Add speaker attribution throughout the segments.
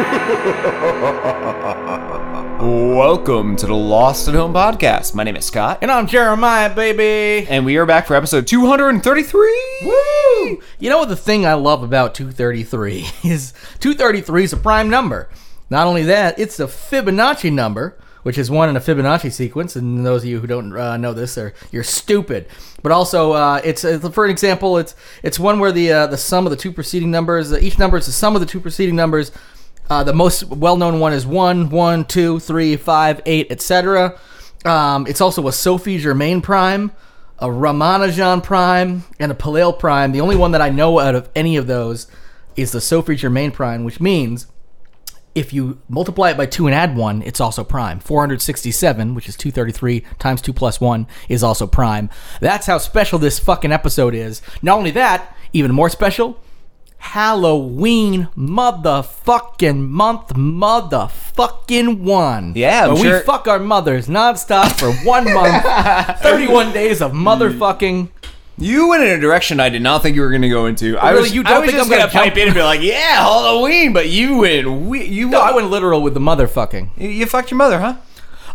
Speaker 1: Welcome to the Lost at Home podcast. My name is Scott, and,
Speaker 2: And I'm Jeremiah, baby.
Speaker 1: and we are back for episode 233.
Speaker 2: Woo! You know what the thing I love about 233 is 233 is a prime number. Not only that, it's a Fibonacci number, which is one in a Fibonacci sequence. And those of you who don't uh, know this, are you're stupid. But also, uh, it's uh, for an example, it's it's one where the uh, the sum of the two preceding numbers, uh, each number is the sum of the two preceding numbers. Uh, the most well-known one is one, one, two, three, five, eight, etc. Um, it's also a Sophie Germain prime a Ramanujan prime and a Paleo prime. The only one that I know out of any of those is the Sophie Germain prime, which means if you multiply it by 2 and add 1, it's also prime. 467, which is 233 times 2 plus 1, is also prime. That's how special this fucking episode is. Not only that, even more special, Halloween motherfucking month motherfucking one.
Speaker 1: Yeah, I'm
Speaker 2: Where
Speaker 1: sure-
Speaker 2: we fuck our mothers nonstop for one month, 31 days of
Speaker 1: Mm.
Speaker 2: motherfucking.
Speaker 1: You went in a direction I did not think you were going to go into. I
Speaker 2: Really,
Speaker 1: was,
Speaker 2: you
Speaker 1: I
Speaker 2: don't
Speaker 1: was
Speaker 2: think
Speaker 1: just
Speaker 2: I'm
Speaker 1: going
Speaker 2: gonna
Speaker 1: to pipe
Speaker 2: jump-
Speaker 1: in and be like, "Yeah, Halloween," but you went. We, you
Speaker 2: No, I went literal with the motherfucking.
Speaker 1: You, you fucked your mother, huh?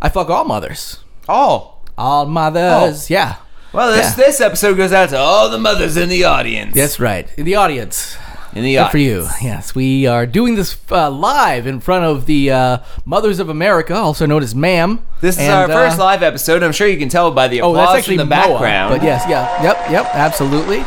Speaker 2: I fuck all mothers.
Speaker 1: Oh,
Speaker 2: All mothers. Yeah.
Speaker 1: well, this
Speaker 2: Yeah.
Speaker 1: this episode goes out to all the mothers in the audience.
Speaker 2: That's right. In the audience.
Speaker 1: in the
Speaker 2: Good for
Speaker 1: audience.
Speaker 2: you. Yes, we are doing this uh, live in front of the uh, Mothers of America, also known as MAM.
Speaker 1: This is
Speaker 2: And,
Speaker 1: our first
Speaker 2: uh,
Speaker 1: live episode. I'm sure you can tell by the
Speaker 2: Oh,
Speaker 1: applause
Speaker 2: that's actually
Speaker 1: in the
Speaker 2: Moa,
Speaker 1: background.
Speaker 2: but yes, yeah, yep, yep, absolutely.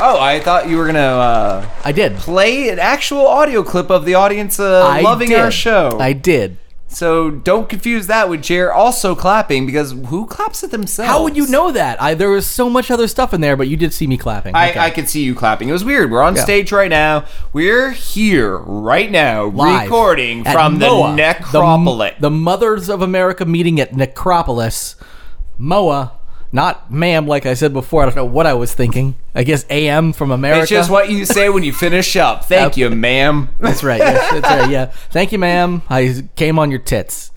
Speaker 1: Oh, I thought you were going to uh,
Speaker 2: I did.
Speaker 1: play an actual audio clip of the audience uh,
Speaker 2: I
Speaker 1: loving
Speaker 2: did.
Speaker 1: our show.
Speaker 2: I did.
Speaker 1: so don't confuse that with Jer also clapping because who claps at themselves?
Speaker 2: How would you know that? I there was so much other stuff in there, but you did see me clapping.
Speaker 1: I,
Speaker 2: Okay.
Speaker 1: I could see you clapping. It was weird. We're on
Speaker 2: Yeah.
Speaker 1: stage right now. We're here right now
Speaker 2: Live
Speaker 1: recording
Speaker 2: at
Speaker 1: from
Speaker 2: MOA,
Speaker 1: the necropolis.
Speaker 2: The, the Mothers of America meeting at Necropolis. MOA, not ma'am, like I said before. I don't know what I was thinking. I guess AM from America.
Speaker 1: it's just what you say when you finish up. Thank you, ma'am.
Speaker 2: That's right. Yes, that's right. Yeah. Thank you, ma'am. I came on your tits.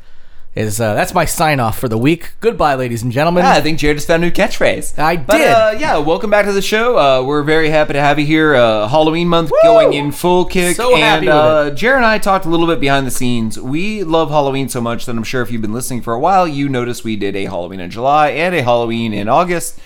Speaker 2: Is uh, that's my sign off for the week. Goodbye, ladies and gentlemen.
Speaker 1: Yeah, I think Jared just found a new catchphrase.
Speaker 2: I
Speaker 1: But,
Speaker 2: did.
Speaker 1: Uh, yeah, welcome back to the show. Uh, we're very happy to have you here. Uh, Halloween month going in full kick.
Speaker 2: So
Speaker 1: and
Speaker 2: happy with
Speaker 1: uh, Jared and I talked a little bit behind the scenes. We love Halloween so much that I'm sure if you've been listening for a while, you noticed we did a Halloween in July and a Halloween in August.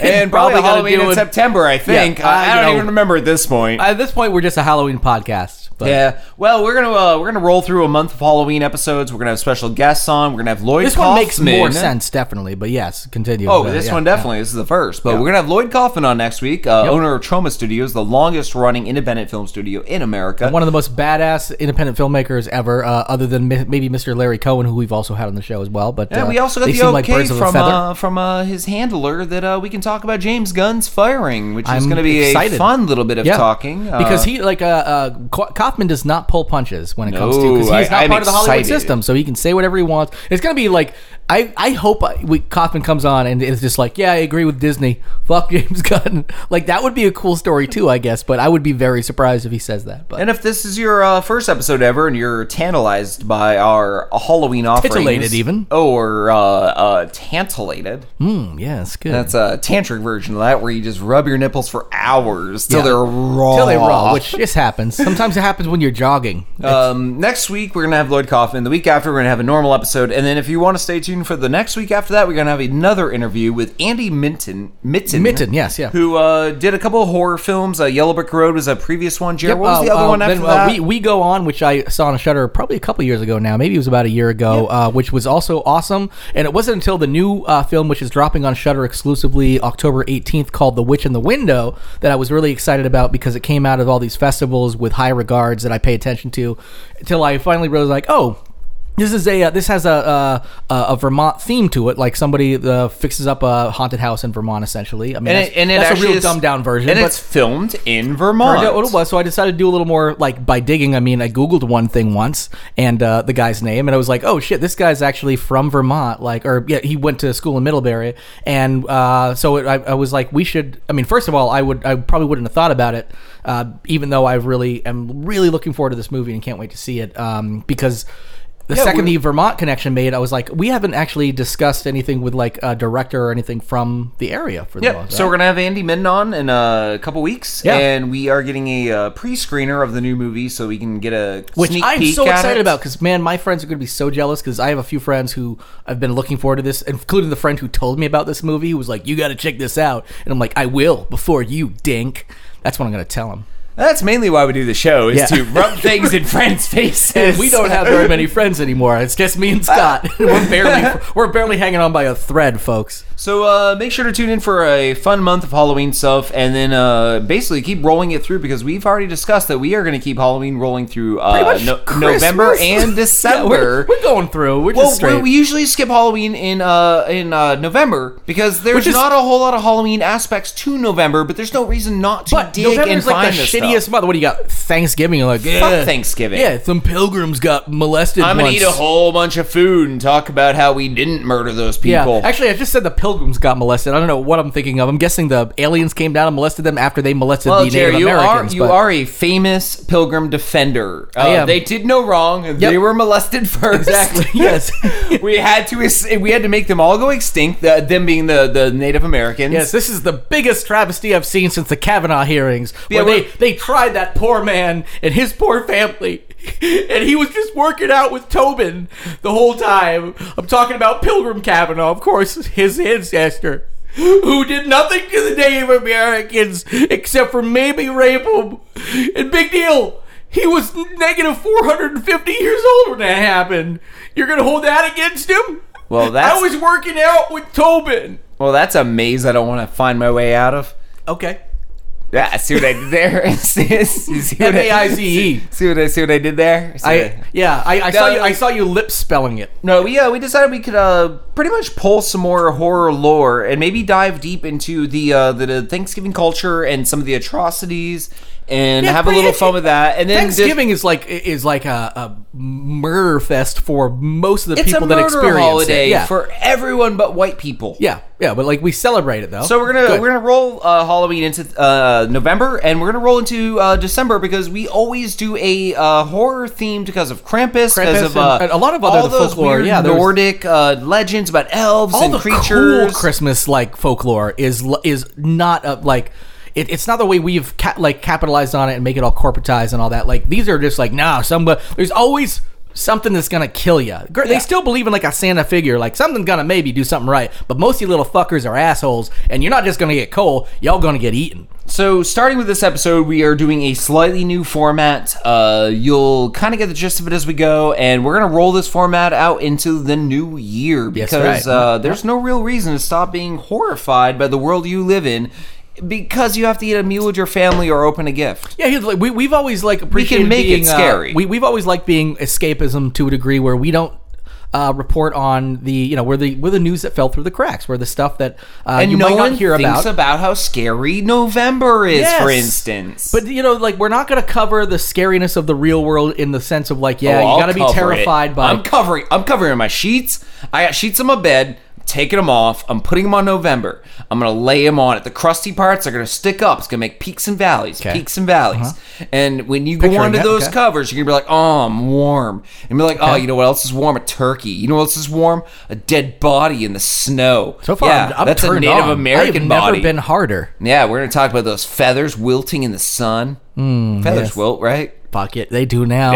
Speaker 1: And probably a
Speaker 2: Probably gonna
Speaker 1: Halloween
Speaker 2: do
Speaker 1: in
Speaker 2: it-
Speaker 1: September, I think.
Speaker 2: Yeah,
Speaker 1: I, I
Speaker 2: uh, you
Speaker 1: don't
Speaker 2: know-
Speaker 1: even remember at this point.
Speaker 2: At this point, we're just a Halloween podcast. But
Speaker 1: yeah, well, we're gonna uh, we're gonna roll through a month of Halloween episodes. We're gonna have special guests on. We're gonna have Lloyd.
Speaker 2: This one makes more
Speaker 1: Kaufman.
Speaker 2: sense, definitely. But yes, continue.
Speaker 1: Oh,
Speaker 2: Uh,
Speaker 1: this
Speaker 2: yeah,
Speaker 1: one
Speaker 2: yeah.
Speaker 1: definitely. This is the first. But we're going to have Lloyd Kaufman on next week, uh, owner of Troma Studios, the longest running independent film studio in America.
Speaker 2: One of the most badass independent filmmakers ever, uh, other than mi- maybe Mr. Larry Cohen, who we've also had on the show as well. But
Speaker 1: and
Speaker 2: uh,
Speaker 1: we also got
Speaker 2: they
Speaker 1: the
Speaker 2: seem
Speaker 1: okay
Speaker 2: like birds of a
Speaker 1: from
Speaker 2: feather.
Speaker 1: uh, from uh, his handler that uh, we can talk about James Gunn's firing, which is
Speaker 2: I'm
Speaker 1: going to be a
Speaker 2: excited.
Speaker 1: fun little bit of
Speaker 2: Yeah.
Speaker 1: talking uh,
Speaker 2: because he like uh, uh Ko- Kaufman does not pull punches when it comes to
Speaker 1: No,
Speaker 2: because
Speaker 1: I-
Speaker 2: he's not
Speaker 1: I'm
Speaker 2: part of the Hollywood
Speaker 1: excited.
Speaker 2: system, so he can say whatever he wants. It's gonna be like I I hope I, we, Kaufman comes on and it's just like yeah I agree with Disney fuck James Gunn like that would be a cool story too I guess but I would be very surprised if he says that but
Speaker 1: And if this is your uh, first episode ever and you're tantalized by our Halloween offerings,
Speaker 2: Titillated even.
Speaker 1: or uh, uh, tantillated,
Speaker 2: Hmm, yes good
Speaker 1: that's a tantric version of that, where you just rub your nipples for hours till
Speaker 2: Yeah.
Speaker 1: they're raw,
Speaker 2: Till they raw, which just happens. Sometimes it happens when you're jogging.
Speaker 1: Um, next week we're gonna have Lloyd Kaufman. The week after we're gonna have a normal episode, and then if you want to stay tuned for the next week after that, we're gonna have another interview with Andy Minton. Mitten.
Speaker 2: Mitten, yes, yeah.
Speaker 1: Who uh, did a couple of horror films? Uh, Yellow Brick Road was a previous one. Jared, what was
Speaker 2: Uh,
Speaker 1: the other
Speaker 2: uh,
Speaker 1: one after
Speaker 2: then, uh,
Speaker 1: that?
Speaker 2: we, we go on, which I saw on Shutter probably a couple years ago now. Maybe it was about a year ago, uh, which was also awesome. And it wasn't until the new uh, film, which is dropping on Shutter exclusively October 18th, called The Witch in the Window, that I was really excited about because it came out of all these festivals with high regards that I pay attention to, until I finally realized like, oh. This is a uh, this has a uh, a a Vermont theme to it. Like somebody uh, fixes up a haunted house in Vermont, essentially. I mean,
Speaker 1: and
Speaker 2: that's,
Speaker 1: it, and it
Speaker 2: that's a
Speaker 1: actually
Speaker 2: real
Speaker 1: is-
Speaker 2: dumbed down version.
Speaker 1: and
Speaker 2: but-
Speaker 1: it's filmed in Vermont.
Speaker 2: yeah, what it was. So I decided to do a little more like by digging. I mean, I googled one thing once and uh, the guy's name, and I was like, oh shit, this guy's actually from Vermont. Like, or yeah, he went to school in Middlebury, and uh, so it, I, I was like, we should. I mean, first of all, I would, I probably wouldn't have thought about it, uh, even though I really am really looking forward to this movie and can't wait to see it um, because the
Speaker 1: Yeah,
Speaker 2: second
Speaker 1: we-
Speaker 2: the Vermont connection made, I was like, we haven't actually discussed anything with like a director or anything from the area for the
Speaker 1: Yep.
Speaker 2: most
Speaker 1: So we're gonna have Andy Menden on in a couple weeks,
Speaker 2: Yeah.
Speaker 1: and we are getting a uh, pre-screener of the new movie, so we can get a
Speaker 2: which
Speaker 1: sneak
Speaker 2: I'm
Speaker 1: peek
Speaker 2: so
Speaker 1: at
Speaker 2: excited
Speaker 1: it.
Speaker 2: about because man, my friends are going to be so jealous because I have a few friends who have been looking forward to this, including the friend who told me about this movie. Who was like, "You got to check this out," and I'm like, "I will before you, dink." That's what I'm going to tell him.
Speaker 1: That's mainly why we do the show is
Speaker 2: Yeah.
Speaker 1: to rub things in friends' faces. Uh,
Speaker 2: We don't have very many friends anymore. It's just me and Scott. we're barely we're barely hanging on by a thread, folks.
Speaker 1: So uh, make sure to tune in for a fun month of Halloween stuff, and then uh, basically keep rolling it through because we've already discussed that we are going to keep Halloween rolling through uh,
Speaker 2: Pretty much
Speaker 1: no-
Speaker 2: Christmas.
Speaker 1: November and
Speaker 2: Yeah,
Speaker 1: December.
Speaker 2: we're, we're going through. We're just
Speaker 1: well,
Speaker 2: straight.
Speaker 1: we- we usually skip Halloween in uh, in uh, November because there's
Speaker 2: Which is-
Speaker 1: not a whole lot of Halloween aspects to November, but there's no reason not to
Speaker 2: But
Speaker 1: dig
Speaker 2: November's
Speaker 1: and
Speaker 2: like
Speaker 1: find
Speaker 2: the
Speaker 1: this
Speaker 2: shittiest
Speaker 1: stuff.
Speaker 2: month. What do you got? Thanksgiving. You're like, yeah.
Speaker 1: Thanksgiving.
Speaker 2: Yeah, some pilgrims got molested.
Speaker 1: I'm gonna
Speaker 2: once.
Speaker 1: eat a whole bunch of food and talk about how we didn't murder those
Speaker 2: Yeah,
Speaker 1: people.
Speaker 2: actually, I just said the pilgrims got molested. I don't know what I'm thinking of. I'm guessing the aliens came down and molested them after they molested
Speaker 1: Well,
Speaker 2: the
Speaker 1: Oh, Jerry,
Speaker 2: Native
Speaker 1: you
Speaker 2: Americans.
Speaker 1: are you
Speaker 2: but-
Speaker 1: are a famous pilgrim defender. Uh,
Speaker 2: I am.
Speaker 1: They did no wrong. They were molested first.
Speaker 2: exactly yes,
Speaker 1: we had to es- we had to make them all go extinct. The, them being the, the Native Americans.
Speaker 2: yes. This is the biggest travesty I've seen since the Kavanaugh hearings, where
Speaker 1: Yeah,
Speaker 2: they
Speaker 1: we're-
Speaker 2: they tried that poor man and his poor family, and he was just working out with Tobin the whole time. I'm talking about Pilgrim Kavanaugh, of course, his ancestor. Who did nothing to the Native Americans except for maybe rape them? And big deal, He was negative 450 years old when that happened. You're going to hold that against him?
Speaker 1: Well, that's-
Speaker 2: I was working out with Tobin.
Speaker 1: Well, that's a maze I don't want to find my way out of.
Speaker 2: Okay.
Speaker 1: Yeah, see what I did there. see, see what I-
Speaker 2: M-A-I-Z-E.
Speaker 1: See what I see what I did there. See what
Speaker 2: E. I yeah, I, I saw you.
Speaker 1: no.
Speaker 2: I saw you lip spelling it.
Speaker 1: No, we uh, we decided we could uh, pretty much pull some more horror lore and maybe dive deep into the uh, the, the Thanksgiving culture and some of the atrocities and
Speaker 2: Yeah,
Speaker 1: have a
Speaker 2: but
Speaker 1: little
Speaker 2: it-
Speaker 1: fun with that. And then just-
Speaker 2: Thanksgiving is like is like a, a murder fest for most of the
Speaker 1: it's
Speaker 2: people
Speaker 1: a
Speaker 2: that
Speaker 1: murder
Speaker 2: experience
Speaker 1: holiday
Speaker 2: it. Yeah.
Speaker 1: for everyone but white people.
Speaker 2: yeah, yeah, but like we celebrate it though.
Speaker 1: So we're gonna
Speaker 2: Good.
Speaker 1: we're gonna roll uh, Halloween into uh, November, and we're gonna roll into uh, December because we always do a uh, horror themed because of Krampus, because
Speaker 2: Krampus
Speaker 1: of uh,
Speaker 2: and- and a lot of other
Speaker 1: all those
Speaker 2: folklore,
Speaker 1: weird
Speaker 2: yeah, there was-
Speaker 1: Nordic uh, legends about elves
Speaker 2: all
Speaker 1: and
Speaker 2: the
Speaker 1: creatures.
Speaker 2: cool Christmas like folklore is l- is not a, like it, it's not the way we've ca- like capitalized on it and make it all corporatized and all that. Like these are just like nah, some but there's always something that's gonna kill you. They still believe in like a Santa figure, like something's gonna maybe do something right, but most of you little fuckers are assholes, and you're not just gonna get cold, y'all gonna get eaten.
Speaker 1: So, starting with this episode, we are doing a slightly new format. Uh, you'll kind of get the gist of it as we go, and we're going to roll this format out into the new year
Speaker 2: Yes,
Speaker 1: because
Speaker 2: right. Mm-hmm.
Speaker 1: uh, there's no real reason to stop being horrified by the world you live in because you have to eat a meal with your family or open a gift.
Speaker 2: Yeah, he's like, we we've always like appreciated
Speaker 1: make it
Speaker 2: being, uh,
Speaker 1: scary.
Speaker 2: we we've always liked being escapism to a degree where we don't uh, report on the you know we're the we're the news that fell through the cracks. We're the stuff that uh,
Speaker 1: And
Speaker 2: you
Speaker 1: no
Speaker 2: might
Speaker 1: one
Speaker 2: not hear
Speaker 1: thinks
Speaker 2: about.
Speaker 1: about how scary November is,
Speaker 2: Yes.
Speaker 1: for instance.
Speaker 2: but you know, like we're not going to cover the scariness of the real world in the sense of like, yeah,
Speaker 1: Oh, I'll
Speaker 2: you got to be
Speaker 1: cover
Speaker 2: terrified
Speaker 1: it.
Speaker 2: by.
Speaker 1: I'm covering. I'm covering my sheets. I got sheets on my bed. Taking them off. I'm putting them on November. I'm gonna lay them on it. The crusty parts are gonna stick up. It's gonna make peaks and valleys, peaks and valleys. And when you go
Speaker 2: Picturing
Speaker 1: onto
Speaker 2: it,
Speaker 1: those
Speaker 2: Uh-huh. okay.
Speaker 1: covers, you're gonna be like, "Oh, I'm warm," and be like, "Oh, you know what else is warm? A turkey. You know what else is warm? A dead body in the snow."
Speaker 2: so far,
Speaker 1: yeah,
Speaker 2: I'm, I'm
Speaker 1: that's a
Speaker 2: turned
Speaker 1: Native
Speaker 2: on.
Speaker 1: American
Speaker 2: I've
Speaker 1: body.
Speaker 2: never been harder.
Speaker 1: yeah, we're gonna talk about those feathers wilting in the sun.
Speaker 2: Hmm,
Speaker 1: feathers wilt, right?
Speaker 2: Fuck it, they do now.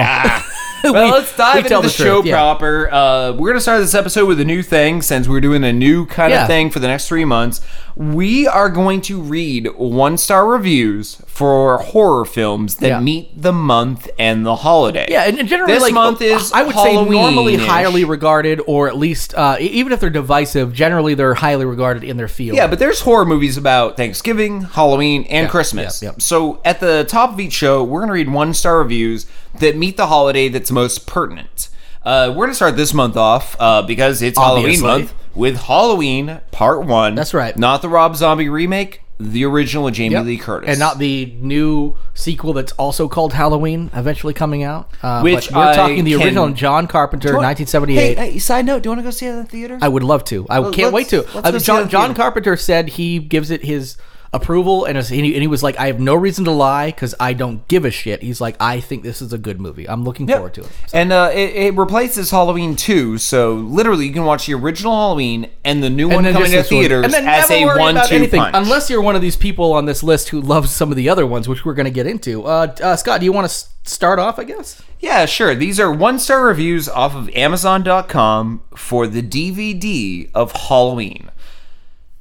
Speaker 1: well,
Speaker 2: We-
Speaker 1: let's dive
Speaker 2: we
Speaker 1: into
Speaker 2: tell
Speaker 1: the,
Speaker 2: the
Speaker 1: show
Speaker 2: truth, yeah.
Speaker 1: proper. Uh, we're going to start this episode with a new thing since we're doing a new kind
Speaker 2: Yeah.
Speaker 1: of thing for the next three months. We are going to read one star reviews for horror films that
Speaker 2: Yeah.
Speaker 1: meet the month and the holiday.
Speaker 2: Yeah, and and generally,
Speaker 1: this
Speaker 2: like,
Speaker 1: month is
Speaker 2: I would say normally
Speaker 1: Halloween-ish.
Speaker 2: highly regarded, or at least uh, e- even if they're divisive, generally they're highly regarded in their field.
Speaker 1: Yeah, but there's horror movies about Thanksgiving, Halloween, and Christmas.
Speaker 2: yep, yep.
Speaker 1: So at the top of each show, we're going to read one star reviews that meet the holiday that's most pertinent. Uh, we're going to start this month off uh, because it's
Speaker 2: Obviously.
Speaker 1: Halloween month with Halloween Part 1.
Speaker 2: That's right.
Speaker 1: Not the Rob Zombie remake, the original with Jamie
Speaker 2: Yep.
Speaker 1: Lee Curtis.
Speaker 2: and not the new sequel that's also called Halloween, eventually coming out. Uh,
Speaker 1: Which
Speaker 2: but we're
Speaker 1: I
Speaker 2: talking the
Speaker 1: can-
Speaker 2: original John Carpenter, 1978.
Speaker 1: Hey, hey, side note, do you want to go see it in the theater?
Speaker 2: I would love to. I can't
Speaker 1: let's-
Speaker 2: wait to.
Speaker 1: let's go see
Speaker 2: Uh,
Speaker 1: it in
Speaker 2: John,
Speaker 1: the
Speaker 2: John
Speaker 1: theater.
Speaker 2: Carpenter said he gives it his approval, and, it's- and, he, and he was like, "I have no reason to lie because I don't give a shit." He's like, "I think this is a good movie. I'm looking forward to it."
Speaker 1: And uh, it, it replaces Halloween 2, so literally you can watch the original Halloween and the new one coming to
Speaker 2: just this one.
Speaker 1: theaters as
Speaker 2: never
Speaker 1: a
Speaker 2: worry about
Speaker 1: one-two punch.
Speaker 2: Unless you're one of these people on this list who loves some of the other ones, which we're going to get into. Uh, uh, Scott, do you want to s- start off? I guess.
Speaker 1: yeah, sure. These are one-star reviews off of Amazon.com for the DVD of Halloween.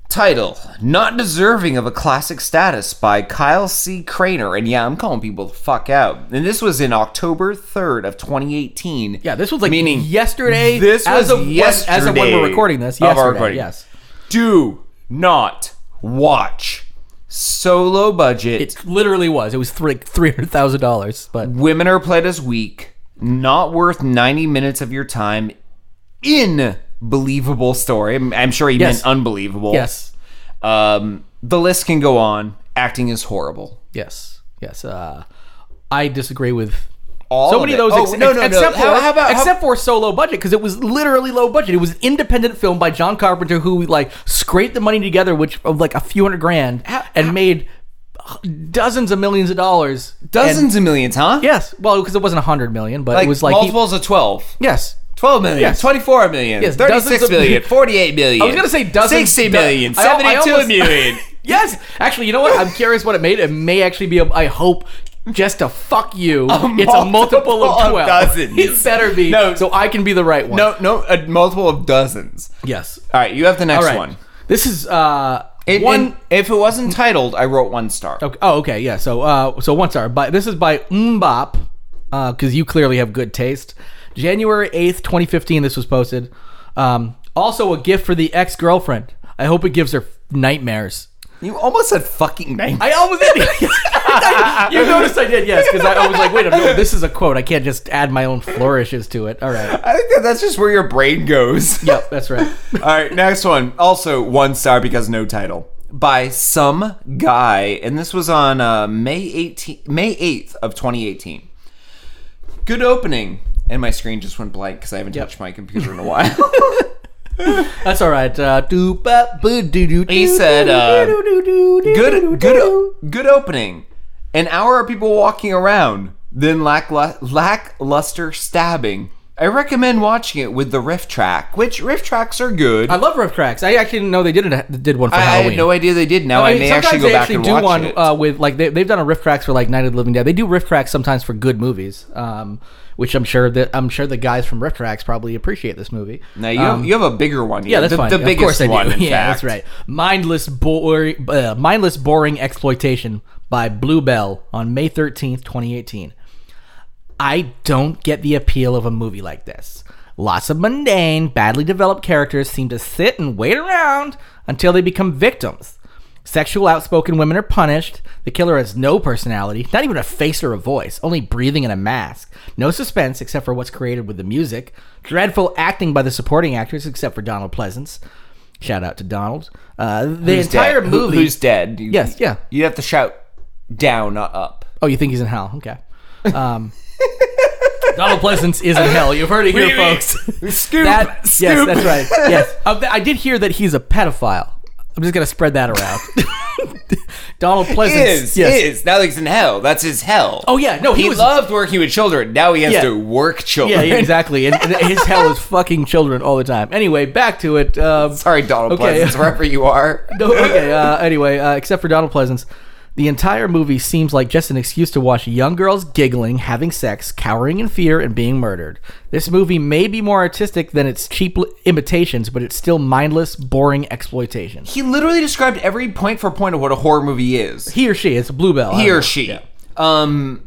Speaker 1: Title: Not deserving of a classic status by Kyle C. Craner. And yeah, I'm calling people the fuck out. And this was in October 3rd of 2018.
Speaker 2: Yeah, this was like
Speaker 1: meaning
Speaker 2: yesterday.
Speaker 1: This was
Speaker 2: as of when- as of when
Speaker 1: yesterday
Speaker 2: we're recording this.
Speaker 1: of our
Speaker 2: Yesterday,
Speaker 1: recording.
Speaker 2: Yes.
Speaker 1: do not watch solo budget
Speaker 2: It literally was. It was three three hundred thousand dollars, but
Speaker 1: women are played as weak not worth 90 minutes of your time in believable story i'm, I'm sure he
Speaker 2: Yes.
Speaker 1: meant unbelievable
Speaker 2: yes,
Speaker 1: um, the list can go on acting is horrible
Speaker 2: yes, yes. Uh, I disagree with
Speaker 1: All
Speaker 2: so many
Speaker 1: it.
Speaker 2: of those.
Speaker 1: Oh,
Speaker 2: ex-
Speaker 1: no, no, no.
Speaker 2: except
Speaker 1: How-
Speaker 2: for
Speaker 1: how about- how-
Speaker 2: except for solo budget because it was literally low budget. It was an independent film by John Carpenter who like scraped the money together, which of like a few hundred grand, and made dozens of millions of dollars. And-
Speaker 1: dozens of millions huh
Speaker 2: yes. Well, because it wasn't a hundred million, but
Speaker 1: like
Speaker 2: it was like he-
Speaker 1: multiples of 12
Speaker 2: yes.
Speaker 1: 12 million,
Speaker 2: Yes.
Speaker 1: 24 million,
Speaker 2: Yes,
Speaker 1: 36
Speaker 2: dozens of-
Speaker 1: million, 48 million.
Speaker 2: I was gonna say dozens-
Speaker 1: 60
Speaker 2: do-
Speaker 1: million,
Speaker 2: I al- I
Speaker 1: 72
Speaker 2: almost-
Speaker 1: million.
Speaker 2: Yes. Actually, you know what? I'm curious what it made. It may actually be. A, I hope. Just to fuck you, it's a multiple
Speaker 1: multiple
Speaker 2: of
Speaker 1: of
Speaker 2: twelve.
Speaker 1: dozens.
Speaker 2: It better be
Speaker 1: No.
Speaker 2: so I can be the right one.
Speaker 1: No, no, a multiple of dozens.
Speaker 2: Yes.
Speaker 1: All right, you have the next
Speaker 2: All right.
Speaker 1: one.
Speaker 2: This is uh
Speaker 1: It,
Speaker 2: one.
Speaker 1: and if it wasn't titled, I wrote one star.
Speaker 2: okay, oh, okay. Yeah. So uh, so one star. By this is by Mbop, because you clearly have good taste. January eighth, twenty fifteen. This was posted. Um, also a gift for the ex girlfriend. I hope it gives her nightmares.
Speaker 1: You almost said fucking name.
Speaker 2: I almost did. you noticed I did, yes, because I, I was like, wait a minute, this is a quote. I can't just add my own flourishes to it. All right.
Speaker 1: I think that that's just where your brain goes.
Speaker 2: Yep, that's right.
Speaker 1: All right, next one. Also one star because no title by some guy, and this was on uh, May 18, May 8th of 2018. Good opening, and my screen just went blank because I haven't touched my computer in a while.
Speaker 2: That's all right. Uh, doo ba boo doo doo
Speaker 1: He
Speaker 2: doo
Speaker 1: said,
Speaker 2: doo
Speaker 1: uh,
Speaker 2: doo doo doo doo doo
Speaker 1: good good
Speaker 2: doo.
Speaker 1: o- good opening. An hour of people walking around, then lacklu- lackluster stabbing. I recommend watching it with the riff track, which riff tracks are good.
Speaker 2: I
Speaker 1: I,
Speaker 2: love riff tracks. I actually didn't know they did it, did one for
Speaker 1: I
Speaker 2: Halloween.
Speaker 1: had no idea they did. Now I,
Speaker 2: I mean,
Speaker 1: may
Speaker 2: sometimes
Speaker 1: actually go
Speaker 2: they
Speaker 1: back
Speaker 2: actually
Speaker 1: and
Speaker 2: do
Speaker 1: watch
Speaker 2: one
Speaker 1: it.
Speaker 2: Uh, with like they, they've done a riff tracks for like Night of the Living Dead. They do riff tracks sometimes for good movies, um, which I'm sure that I'm sure the guys from riff tracks probably appreciate this movie.
Speaker 1: now you,
Speaker 2: Um,
Speaker 1: you have a bigger one.
Speaker 2: Yeah, that's
Speaker 1: the,
Speaker 2: fine.
Speaker 1: The biggest
Speaker 2: of course I do.
Speaker 1: one. in
Speaker 2: yeah,
Speaker 1: fact.
Speaker 2: that's right. Mindless boring, uh, mindless boring exploitation by Bluebell on May thirteenth, twenty eighteen. I don't get the appeal of a movie like this. Lots of mundane, badly developed characters seem to sit and wait around until they become victims. Sexual outspoken women are punished. The killer has no personality, not even a face or a voice, only breathing in a mask. No suspense except for what's created with the music. Dreadful acting by the supporting actors except for Donald Pleasance. Shout out to Donald. Uh, the
Speaker 1: Who's
Speaker 2: entire
Speaker 1: dead? Who-
Speaker 2: movie.
Speaker 1: who's dead? You-
Speaker 2: Yes, yeah.
Speaker 1: You have to shout down, not up.
Speaker 2: Oh, you think he's in hell? Okay. Um, Donald Pleasance is in hell. You've heard it here, folks.
Speaker 1: Scoop,
Speaker 2: That,
Speaker 1: scoop.
Speaker 2: yes, that's right. Yes, Uh, th- I did hear that he's a pedophile. I'm just gonna spread that around. Donald Pleasance
Speaker 1: Is
Speaker 2: yes.
Speaker 1: is now that he's in hell. That's his hell.
Speaker 2: Oh yeah, no, he,
Speaker 1: he
Speaker 2: was.
Speaker 1: loved working with children. Now he has
Speaker 2: Yeah.
Speaker 1: to work
Speaker 2: yeah,
Speaker 1: children.
Speaker 2: yeah, exactly. And, and his hell is fucking children all the time. Anyway, back to it. Um,
Speaker 1: Sorry, Donald
Speaker 2: Okay.
Speaker 1: Pleasance, wherever you are.
Speaker 2: No, okay. Uh, anyway, uh, except for Donald Pleasance, the entire movie seems like just an excuse to watch young girls giggling, having sex, cowering in fear, and being murdered. This movie may be more artistic than its cheap li- imitations, but it's still mindless, boring exploitation.
Speaker 1: He literally described every point for point of what a horror movie is.
Speaker 2: He or she, it's Bluebell.
Speaker 1: He or she. Um,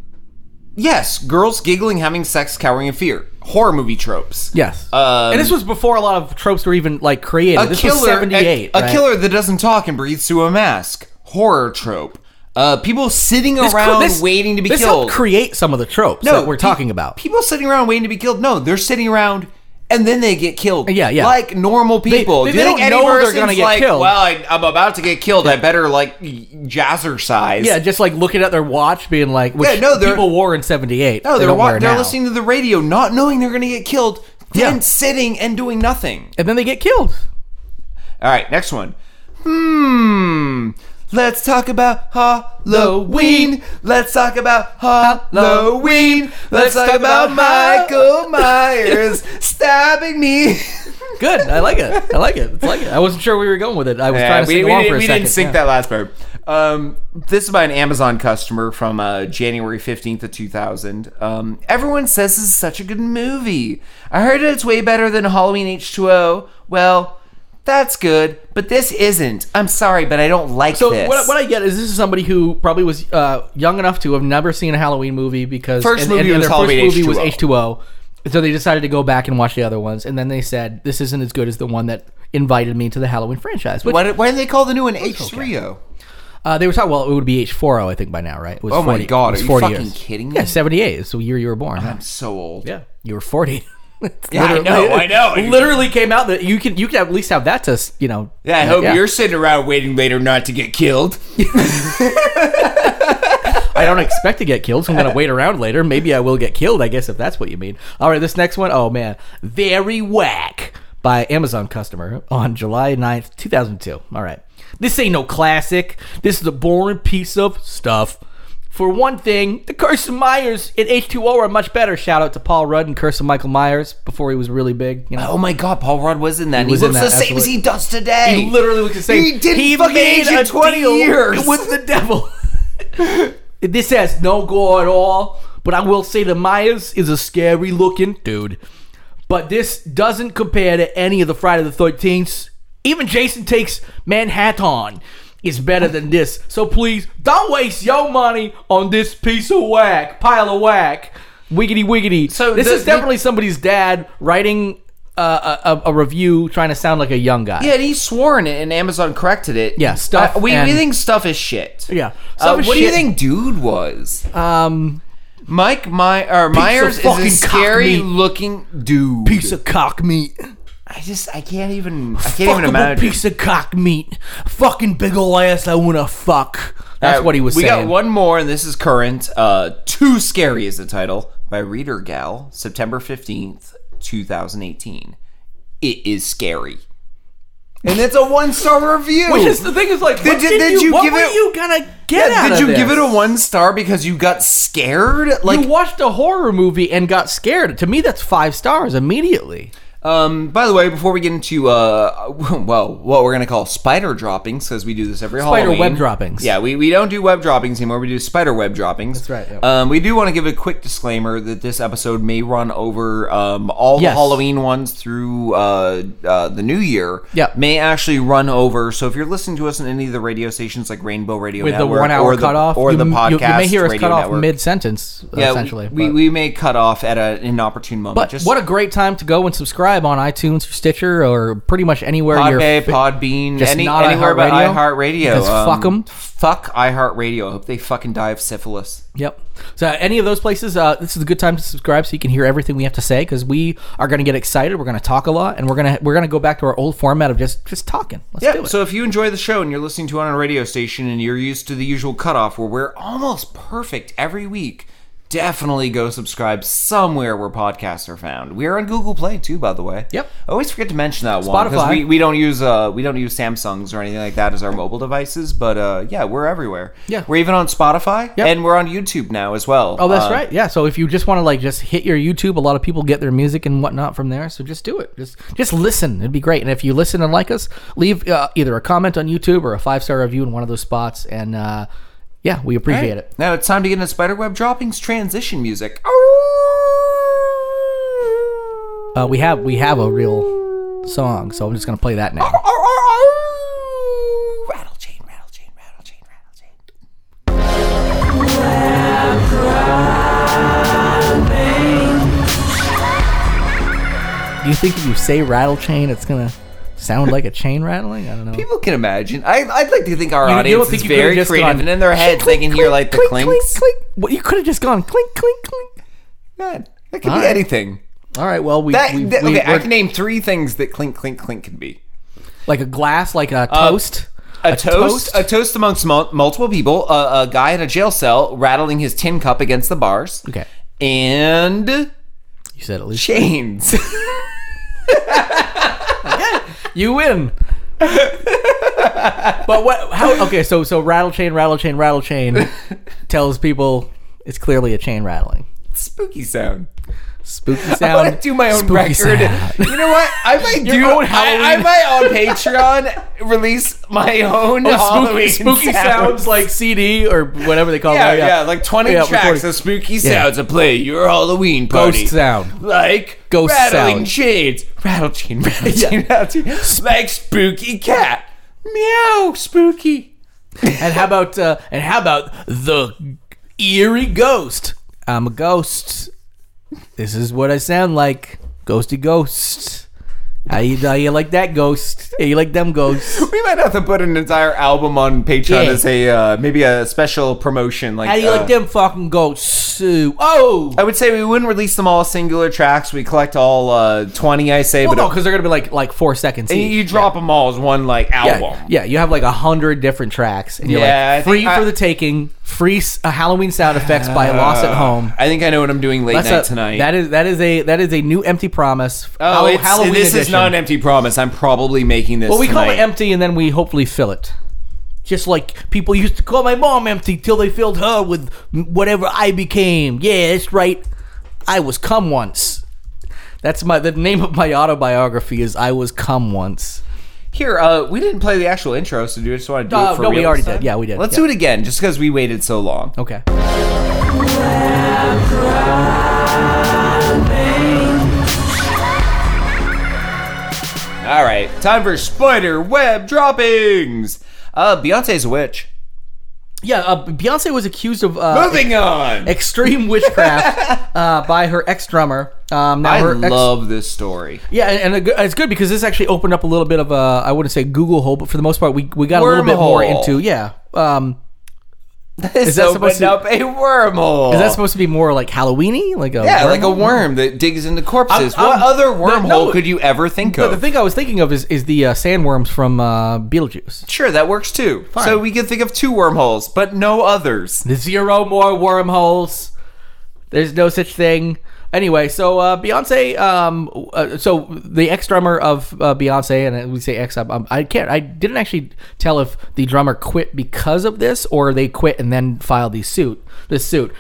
Speaker 1: yes, girls giggling, having sex, cowering in fear. Horror movie tropes.
Speaker 2: Yes.
Speaker 1: Um,
Speaker 2: and this was before a lot of tropes were even like created.
Speaker 1: a
Speaker 2: this
Speaker 1: killer,
Speaker 2: was 78.
Speaker 1: A, a
Speaker 2: right?
Speaker 1: killer that doesn't talk and breathes through a mask. Horror trope. Uh, people sitting
Speaker 2: This cr-
Speaker 1: around
Speaker 2: this-
Speaker 1: waiting to be
Speaker 2: this
Speaker 1: killed.
Speaker 2: helped create some of the tropes that we're
Speaker 1: pe-
Speaker 2: talking about.
Speaker 1: People sitting around waiting to be killed. No, they're sitting around and then they get killed.
Speaker 2: Yeah, yeah.
Speaker 1: Like normal people.
Speaker 2: they-
Speaker 1: Do
Speaker 2: they
Speaker 1: you think
Speaker 2: don't
Speaker 1: Eddie
Speaker 2: know they're
Speaker 1: Murphy's
Speaker 2: gonna get
Speaker 1: like,
Speaker 2: killed.
Speaker 1: Well, I, I'm about to get killed. I better like jazzercise.
Speaker 2: yeah, just like looking at their watch, being like, which
Speaker 1: Yeah, no, they're-
Speaker 2: people wore in 78.
Speaker 1: No,
Speaker 2: they
Speaker 1: they're
Speaker 2: don't
Speaker 1: wa-
Speaker 2: wear
Speaker 1: they're
Speaker 2: now.
Speaker 1: listening to the radio, not knowing they're going to get killed, then
Speaker 2: Yeah.
Speaker 1: sitting and doing nothing.
Speaker 2: And then they get killed.
Speaker 1: All right, next one. Hmm. Let's talk about Halloween. Let's talk about Halloween. Let's talk about Michael Myers stabbing me.
Speaker 2: Good. I like it. I like it. It's like it. I wasn't sure where we were going with it. I was
Speaker 1: Yeah,
Speaker 2: trying to
Speaker 1: we,
Speaker 2: sing
Speaker 1: we
Speaker 2: along
Speaker 1: didn't-
Speaker 2: for a
Speaker 1: we
Speaker 2: second.
Speaker 1: didn't sync
Speaker 2: yeah.
Speaker 1: that last part. Um, this is by an Amazon customer from uh, January 15th of 2000. Um, Everyone says this is such a good movie. I heard it's way better than Halloween H2O. Well, that's good, but this isn't. I'm sorry, but I don't like
Speaker 2: So
Speaker 1: this.
Speaker 2: what, what I get is this is somebody who probably was uh, young enough to have never seen a Halloween movie because
Speaker 1: First movie was
Speaker 2: their
Speaker 1: Halloween
Speaker 2: first movie was
Speaker 1: H2O.
Speaker 2: H2O. So they decided to go back and watch the other ones, and then they said this isn't as good as the one that invited me to the Halloween franchise. Which,
Speaker 1: why, why do they call the new one H3O?
Speaker 2: uh, they were talking, well, it would be H4O, I think, by now, right? It was
Speaker 1: Oh my God,
Speaker 2: it was
Speaker 1: are you
Speaker 2: 40
Speaker 1: fucking
Speaker 2: years.
Speaker 1: kidding
Speaker 2: Yeah,
Speaker 1: me?
Speaker 2: 78 is the year you were born. huh?
Speaker 1: I'm so old.
Speaker 2: Yeah, you were 40. It's
Speaker 1: Yeah, I
Speaker 2: literally-
Speaker 1: know, I know.
Speaker 2: it Literally came out that you can you can at least have that to s- you know.
Speaker 1: Yeah, I hope
Speaker 2: yeah.
Speaker 1: you're sitting around waiting later not to get killed.
Speaker 2: I don't expect to get killed, so I'm going to wait around later. Maybe I will get killed, I guess, if that's what you mean. All right, this next one, oh man. Very Whack by Amazon customer on July 9th, 2002. All right. This ain't no classic. This is a boring piece of stuff. For one thing, the Curse of Myers and H2O are much better. Shout out to Paul Rudd and Curse of Michael Myers before he was really big. You know?
Speaker 1: Oh my God, Paul Rudd was in that. and He,
Speaker 2: was in
Speaker 1: looks
Speaker 2: that,
Speaker 1: the same as
Speaker 2: absolutely.
Speaker 1: he does today.
Speaker 2: He literally looks the same.
Speaker 1: He didn't fucking age in 20 years.
Speaker 2: with the devil. this has no gore at all, but I will say the Myers is a scary looking dude. But this doesn't compare to any of the Friday the 13th. Even Jason Takes Manhattan is better than this. So please don't waste your money on this piece of whack, pile of whack. Wiggity wiggity.
Speaker 1: So
Speaker 2: this
Speaker 1: the-
Speaker 2: is definitely somebody's dad writing uh, a, a, a review trying to sound like a young guy.
Speaker 1: Yeah, and he swore in it, and Amazon corrected it.
Speaker 2: Yeah, stuff
Speaker 1: Uh, we,
Speaker 2: and-
Speaker 1: we think stuff is shit.
Speaker 2: Yeah.
Speaker 1: Uh,
Speaker 2: Stuff
Speaker 1: what
Speaker 2: is
Speaker 1: do you
Speaker 2: shit.
Speaker 1: think, dude? Was
Speaker 2: Um,
Speaker 1: Mike My or Myers is a
Speaker 2: fucking cock
Speaker 1: scary
Speaker 2: meat.
Speaker 1: looking dude?
Speaker 2: piece of cock meat.
Speaker 1: I just I can't even I can't
Speaker 2: Fuckable
Speaker 1: even imagine.
Speaker 2: piece of cock meat. Fucking big ol' ass I wanna fuck. That's
Speaker 1: All right,
Speaker 2: what he was
Speaker 1: Uh, we
Speaker 2: saying.
Speaker 1: got one more, and this is current. Uh, Too Scary is the title by Reader Gal, September 15th, 2018. It is scary. And it's a one star review.
Speaker 2: Which is the thing is like,
Speaker 1: Did
Speaker 2: what
Speaker 1: you-
Speaker 2: did,
Speaker 1: did
Speaker 2: you,
Speaker 1: you
Speaker 2: what
Speaker 1: give
Speaker 2: were
Speaker 1: it-
Speaker 2: you gonna get out
Speaker 1: did
Speaker 2: of
Speaker 1: you
Speaker 2: this?
Speaker 1: give it a one star because you got scared? Like,
Speaker 2: you watched a horror movie and got scared. To me, that's five stars immediately.
Speaker 1: um, by the way, before we get into uh, well, what we're gonna call spider droppings because we do this every
Speaker 2: Spider
Speaker 1: Halloween.
Speaker 2: web droppings.
Speaker 1: Yeah, we, we don't do web droppings anymore. We do spider web droppings.
Speaker 2: That's right, yeah.
Speaker 1: Um, we do want to give a quick disclaimer that this episode may run over um, all
Speaker 2: Yes.
Speaker 1: the Halloween ones through uh, uh, the New Year.
Speaker 2: Yeah.
Speaker 1: may actually run over. So if you're listening to us on any of the radio stations like Rainbow Radio
Speaker 2: With the
Speaker 1: Network
Speaker 2: one
Speaker 1: or
Speaker 2: hour
Speaker 1: the,
Speaker 2: cutoff.
Speaker 1: or
Speaker 2: you,
Speaker 1: the podcast,
Speaker 2: you, you may hear us
Speaker 1: Radio
Speaker 2: cut off
Speaker 1: Network.
Speaker 2: mid sentence,
Speaker 1: Yeah, we-
Speaker 2: essentially.
Speaker 1: we,
Speaker 2: but-
Speaker 1: we may cut off at an inopportune moment.
Speaker 2: but
Speaker 1: Just
Speaker 2: what a great time to go and subscribe on iTunes or Stitcher or pretty much anywhere you're
Speaker 1: Podbay, Podbean,
Speaker 2: just
Speaker 1: any,
Speaker 2: not
Speaker 1: anywhere but
Speaker 2: iHeartRadio?
Speaker 1: iHeartRadio. um,
Speaker 2: Because fuck 'em.
Speaker 1: Fuck iHeartRadio. I hope they fucking die of syphilis.
Speaker 2: Yep. So any of those places, uh, this is a good time to subscribe so you can hear everything we have to say because we are going to get excited. We're going to talk a lot, and we're gonna we're gonna go back to our old format of just just talking. Let's do
Speaker 1: Yeah.
Speaker 2: it.
Speaker 1: So if you enjoy the show and you're listening to it on a radio station and you're used to the usual cutoff where we're almost perfect every week, definitely go subscribe somewhere where podcasts are found. We are on Google Play too, by the way.
Speaker 2: Yep.
Speaker 1: I always forget to mention that one because
Speaker 2: Spotify.
Speaker 1: we, we don't use uh we don't use Samsungs or anything like that as our mobile devices, but uh yeah, we're everywhere.
Speaker 2: Yeah.
Speaker 1: We're even on Spotify
Speaker 2: Yep.
Speaker 1: and we're on YouTube now as well.
Speaker 2: oh, that's
Speaker 1: Uh,
Speaker 2: right. Yeah. So if you just want to like just hit your YouTube, a lot of people get their music and whatnot from there. So just do it. Just just listen. It'd be great. And if you listen and like us, leave uh, either a comment on YouTube or a five star review in one of those spots. And uh, yeah, we appreciate it.
Speaker 1: Now it's time to get into Spiderweb Droppings transition music.
Speaker 2: Uh, we have we have a real song, so I'm just gonna play that now.
Speaker 1: Rattle chain, rattle chain, rattle chain, rattle chain.
Speaker 2: Do you think if you say rattle chain, it's gonna sound like a chain rattling? I don't know.
Speaker 1: People can imagine. I, I'd like to think our
Speaker 2: You don't- you don't
Speaker 1: audience
Speaker 2: think
Speaker 1: is
Speaker 2: you could've
Speaker 1: very
Speaker 2: just
Speaker 1: creative,
Speaker 2: gone,
Speaker 1: and in their heads they can hear like the clinks.
Speaker 2: clink. Well, you could have just gone clink, clink, clink.
Speaker 1: Yeah, that could be
Speaker 2: right.
Speaker 1: anything.
Speaker 2: All right, well, we,
Speaker 1: That,
Speaker 2: we,
Speaker 1: that-
Speaker 2: we
Speaker 1: okay, I
Speaker 2: we're-
Speaker 1: can name three things that clink, clink, clink can be.
Speaker 2: like a glass, like a
Speaker 1: Uh,
Speaker 2: toast.
Speaker 1: A, toast, a toast amongst mul- multiple people. A, a guy in a jail cell rattling his tin cup against the bars.
Speaker 2: okay,
Speaker 1: And
Speaker 2: you said at least
Speaker 1: chains.
Speaker 2: you win. But what? How? Okay, so so rattle chain, rattle chain, rattle chain tells people it's clearly a chain rattling.
Speaker 1: Spooky sound.
Speaker 2: Spooky sound.
Speaker 1: I want to do my own
Speaker 2: spooky
Speaker 1: record.
Speaker 2: sound.
Speaker 1: You know what? I might
Speaker 2: Your
Speaker 1: do.
Speaker 2: own
Speaker 1: I, I
Speaker 2: Halloween.
Speaker 1: might on Patreon release my own
Speaker 2: Oh, Spooky,
Speaker 1: Halloween
Speaker 2: spooky
Speaker 1: Oh, sounds.
Speaker 2: sounds like CD or whatever they call
Speaker 1: Yeah,
Speaker 2: it. Oh,
Speaker 1: yeah, like 20
Speaker 2: Yeah,
Speaker 1: tracks
Speaker 2: recording.
Speaker 1: of spooky sounds to play your Halloween party.
Speaker 2: Ghost sound.
Speaker 1: Like
Speaker 2: Ghost
Speaker 1: rattling
Speaker 2: sound.
Speaker 1: shades, rattle chain, rattle chain, rattle chain. Like spooky cat, meow, spooky.
Speaker 2: And how about uh, and how about the eerie ghost? I'm a ghost. This is what I sound like. Ghosty ghost. How you, how you like that ghost? How you like them ghosts?
Speaker 1: We might have to put an entire album on Patreon
Speaker 2: Yeah.
Speaker 1: as a uh, maybe a special promotion. Like,
Speaker 2: How you
Speaker 1: uh,
Speaker 2: like them fucking ghosts? Ooh. Oh!
Speaker 1: I would say we wouldn't release them all as singular tracks. We collect all uh, twenty, I say,
Speaker 2: Well,
Speaker 1: but
Speaker 2: no, because they're gonna be like like four seconds.
Speaker 1: you,
Speaker 2: each.
Speaker 1: you drop them all as one like
Speaker 2: yeah,
Speaker 1: album.
Speaker 2: yeah, you have like a hundred different tracks, and you're
Speaker 1: Yeah, I
Speaker 2: like free
Speaker 1: think I-
Speaker 2: for the taking, free s- uh, Halloween sound effects by Lost at Home.
Speaker 1: I think I know what I'm doing late
Speaker 2: That's
Speaker 1: night tonight.
Speaker 2: a- That is that is a that is a new empty promise.
Speaker 1: oh,
Speaker 2: Hall-
Speaker 1: it's, this is
Speaker 2: edition.
Speaker 1: not an empty promise. I'm probably making this.
Speaker 2: Well, we call
Speaker 1: tonight.
Speaker 2: it empty, and then we hopefully fill it. Just like people used to call my mom empty till they filled her with m- whatever I became. Yeah, that's right. I was cum once. That's my the name of my autobiography is I was cum once.
Speaker 1: Here, uh, we didn't play the actual intro, so do you just want to do
Speaker 2: Uh,
Speaker 1: it for
Speaker 2: no,
Speaker 1: real
Speaker 2: we already
Speaker 1: this time?
Speaker 2: did. Yeah, we did.
Speaker 1: Let's
Speaker 2: Yeah.
Speaker 1: do it again, just because we waited so long.
Speaker 2: Okay.
Speaker 1: All right, time for spider web droppings. Uh, Beyonce's a witch.
Speaker 2: Yeah, uh, Beyonce was accused of uh,
Speaker 1: Moving on.
Speaker 2: extreme witchcraft uh, by her ex drummer. Um, now
Speaker 1: I
Speaker 2: her ex-
Speaker 1: love this story.
Speaker 2: Yeah, and, and it's good because this actually opened up a little bit of a I wouldn't say Google hole, but for the most part, we, we got a little bit more
Speaker 1: Wormhole.
Speaker 2: into yeah. Um,
Speaker 1: This
Speaker 2: that
Speaker 1: opened
Speaker 2: supposed to-
Speaker 1: up a wormhole.
Speaker 2: is that supposed to be more like Halloweeny, like a
Speaker 1: yeah, like a
Speaker 2: wormhole?
Speaker 1: worm that digs into corpses.
Speaker 2: I'm-
Speaker 1: what
Speaker 2: I'm-
Speaker 1: other
Speaker 2: the-
Speaker 1: wormhole
Speaker 2: no,
Speaker 1: could you ever think
Speaker 2: But the
Speaker 1: of?
Speaker 2: thing I was thinking of is is the uh, sandworms from uh, Beetlejuice.
Speaker 1: sure, that works too. So we can think of two wormholes, but no others.
Speaker 2: Zero more wormholes. There's no such thing. Anyway, so uh, Beyonce, um, uh, so the ex drummer of uh, Beyonce, and we say ex, um, I can't, I didn't actually tell if the drummer quit because of this or they quit and then filed the suit, this suit.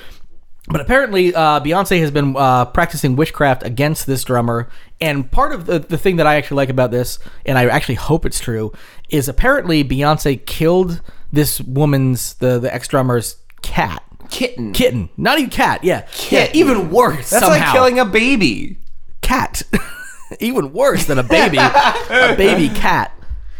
Speaker 2: But apparently, uh, Beyonce has been uh, practicing witchcraft against this drummer. And part of the, the thing that I actually like about this, and I actually hope it's true, is apparently Beyonce killed this woman's, the, the ex drummer's cat.
Speaker 1: Kitten.
Speaker 2: Kitten. Not even cat, yeah.
Speaker 1: Kitten.
Speaker 2: Yeah, even worse.
Speaker 1: That's
Speaker 2: somehow.
Speaker 1: like killing a baby.
Speaker 2: cat. even worse than a baby. a baby cat.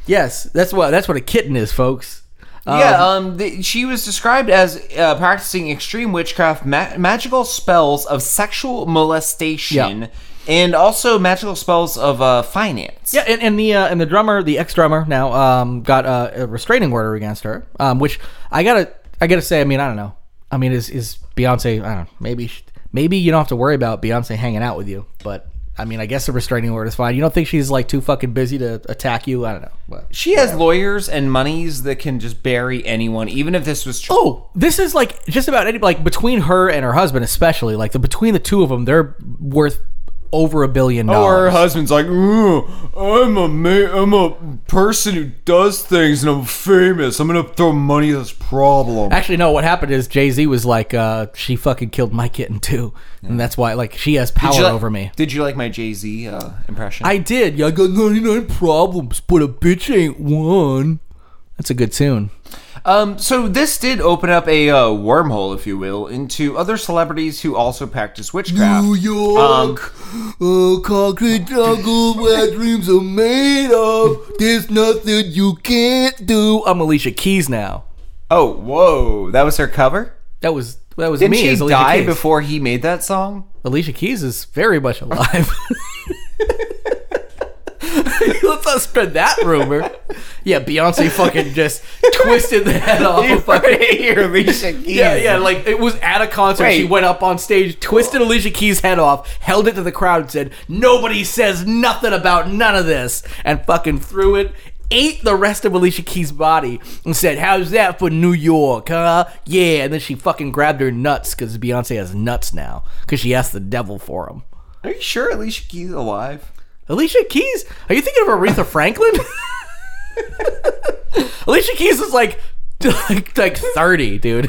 Speaker 2: Yes, that's what that's what a kitten is, folks. Um,
Speaker 1: yeah, um, the, she was described as uh, practicing extreme witchcraft, ma- magical spells of sexual molestation,
Speaker 2: Yeah.
Speaker 1: and also magical spells of uh, finance.
Speaker 2: Yeah, and, and the uh, and the drummer, the ex drummer now, um, got uh, a restraining order against her. Um, which I gotta I gotta say, I mean, I don't know. I mean, is is Beyonce? I don't know. Maybe she- maybe you don't have to worry about Beyonce hanging out with you, but. I mean, I guess a restraining order is fine. You don't think she's like too fucking busy to attack you? I don't know. But.
Speaker 1: She has lawyers and monies that can just bury anyone, even if this was true.
Speaker 2: Oh, this is like just about any like between her and her husband, especially like the between the two of them, they're worth over a billion dollars.
Speaker 1: husband's like, I'm a ma- I'm a person who does things and I'm famous. I'm gonna throw money at this problem.
Speaker 2: Actually, no. What happened is Jay Z was like, uh, "She fucking killed my kitten too," and that's why like she has power over me.
Speaker 1: Did you like my Jay Z uh, impression?
Speaker 2: I did. Yeah, I got ninety nine problems, but a bitch ain't one. That's a good tune.
Speaker 1: Um, so this did open up a uh, wormhole, if you will, into other celebrities who also practice witchcraft.
Speaker 2: York,
Speaker 1: Um,
Speaker 2: a concrete jungle where dreams are made of. There's nothing you can't do. I'm Alicia Keys now.
Speaker 1: Oh, whoa, that was her cover.
Speaker 2: That was that was
Speaker 1: Did
Speaker 2: me.
Speaker 1: she
Speaker 2: as Alicia
Speaker 1: die
Speaker 2: Keys.
Speaker 1: before he made that song?
Speaker 2: Alicia Keys is very much alive. Let's not spread that rumor. Yeah, Beyonce fucking just twisted the head off. of fucking,
Speaker 1: Alicia Keys.
Speaker 2: yeah, yeah, like it was at a concert. She
Speaker 1: Wait.
Speaker 2: went up on stage, twisted Alicia Keys' head off, held it to the crowd, and said, "Nobody says nothing about none of this," and fucking threw it. Ate the rest of Alicia Keys' body and said, "How's that for New York, huh? Yeah." And then she fucking grabbed her nuts because Beyonce has nuts now because she asked the devil for them.
Speaker 1: Are you sure Alicia Keys is alive?
Speaker 2: Alicia Keys? Are you thinking of Aretha Franklin? Alicia Keys is like, like, like 30, dude.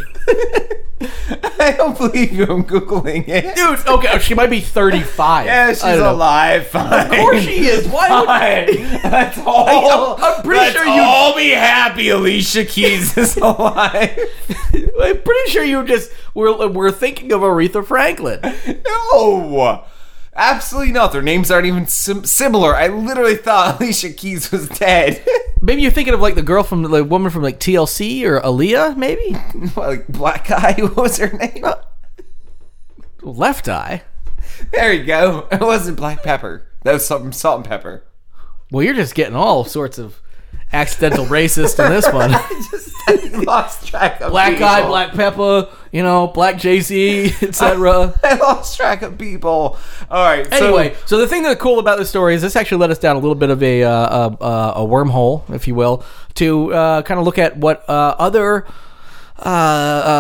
Speaker 1: I don't believe you. I'm googling it.
Speaker 2: Dude, okay, oh, she might be 35.
Speaker 1: Yeah, Eh, she's
Speaker 2: I don't know.
Speaker 1: alive. Fine.
Speaker 2: Of course she is. Why would
Speaker 1: Fine. That's all.
Speaker 2: I'm- I'm pretty
Speaker 1: Let's
Speaker 2: sure you-
Speaker 1: all be happy. Alicia Keys is alive.
Speaker 2: I'm pretty sure you just we're we're thinking of Aretha Franklin.
Speaker 1: no, absolutely not. Their names aren't even sim- similar. I literally thought Alicia Keys was dead.
Speaker 2: Maybe you're thinking of like the girl from the woman from like TLC or Aaliyah, maybe
Speaker 1: like black guy. What was her name?
Speaker 2: Left Eye.
Speaker 1: There you go. It wasn't black pepper. That was something salt and pepper.
Speaker 2: Well, you're just getting all sorts of accidental racist in this one.
Speaker 1: Just I lost track of
Speaker 2: Black
Speaker 1: people.
Speaker 2: Eye, Black Pepper, you know, Black JC, etc.
Speaker 1: I lost track of people. All right.
Speaker 2: Anyway, so, the thing that's cool about this story is this actually led us down a little bit of a uh, a, uh, a wormhole, if you will, to uh, kind of look at what uh, other uh,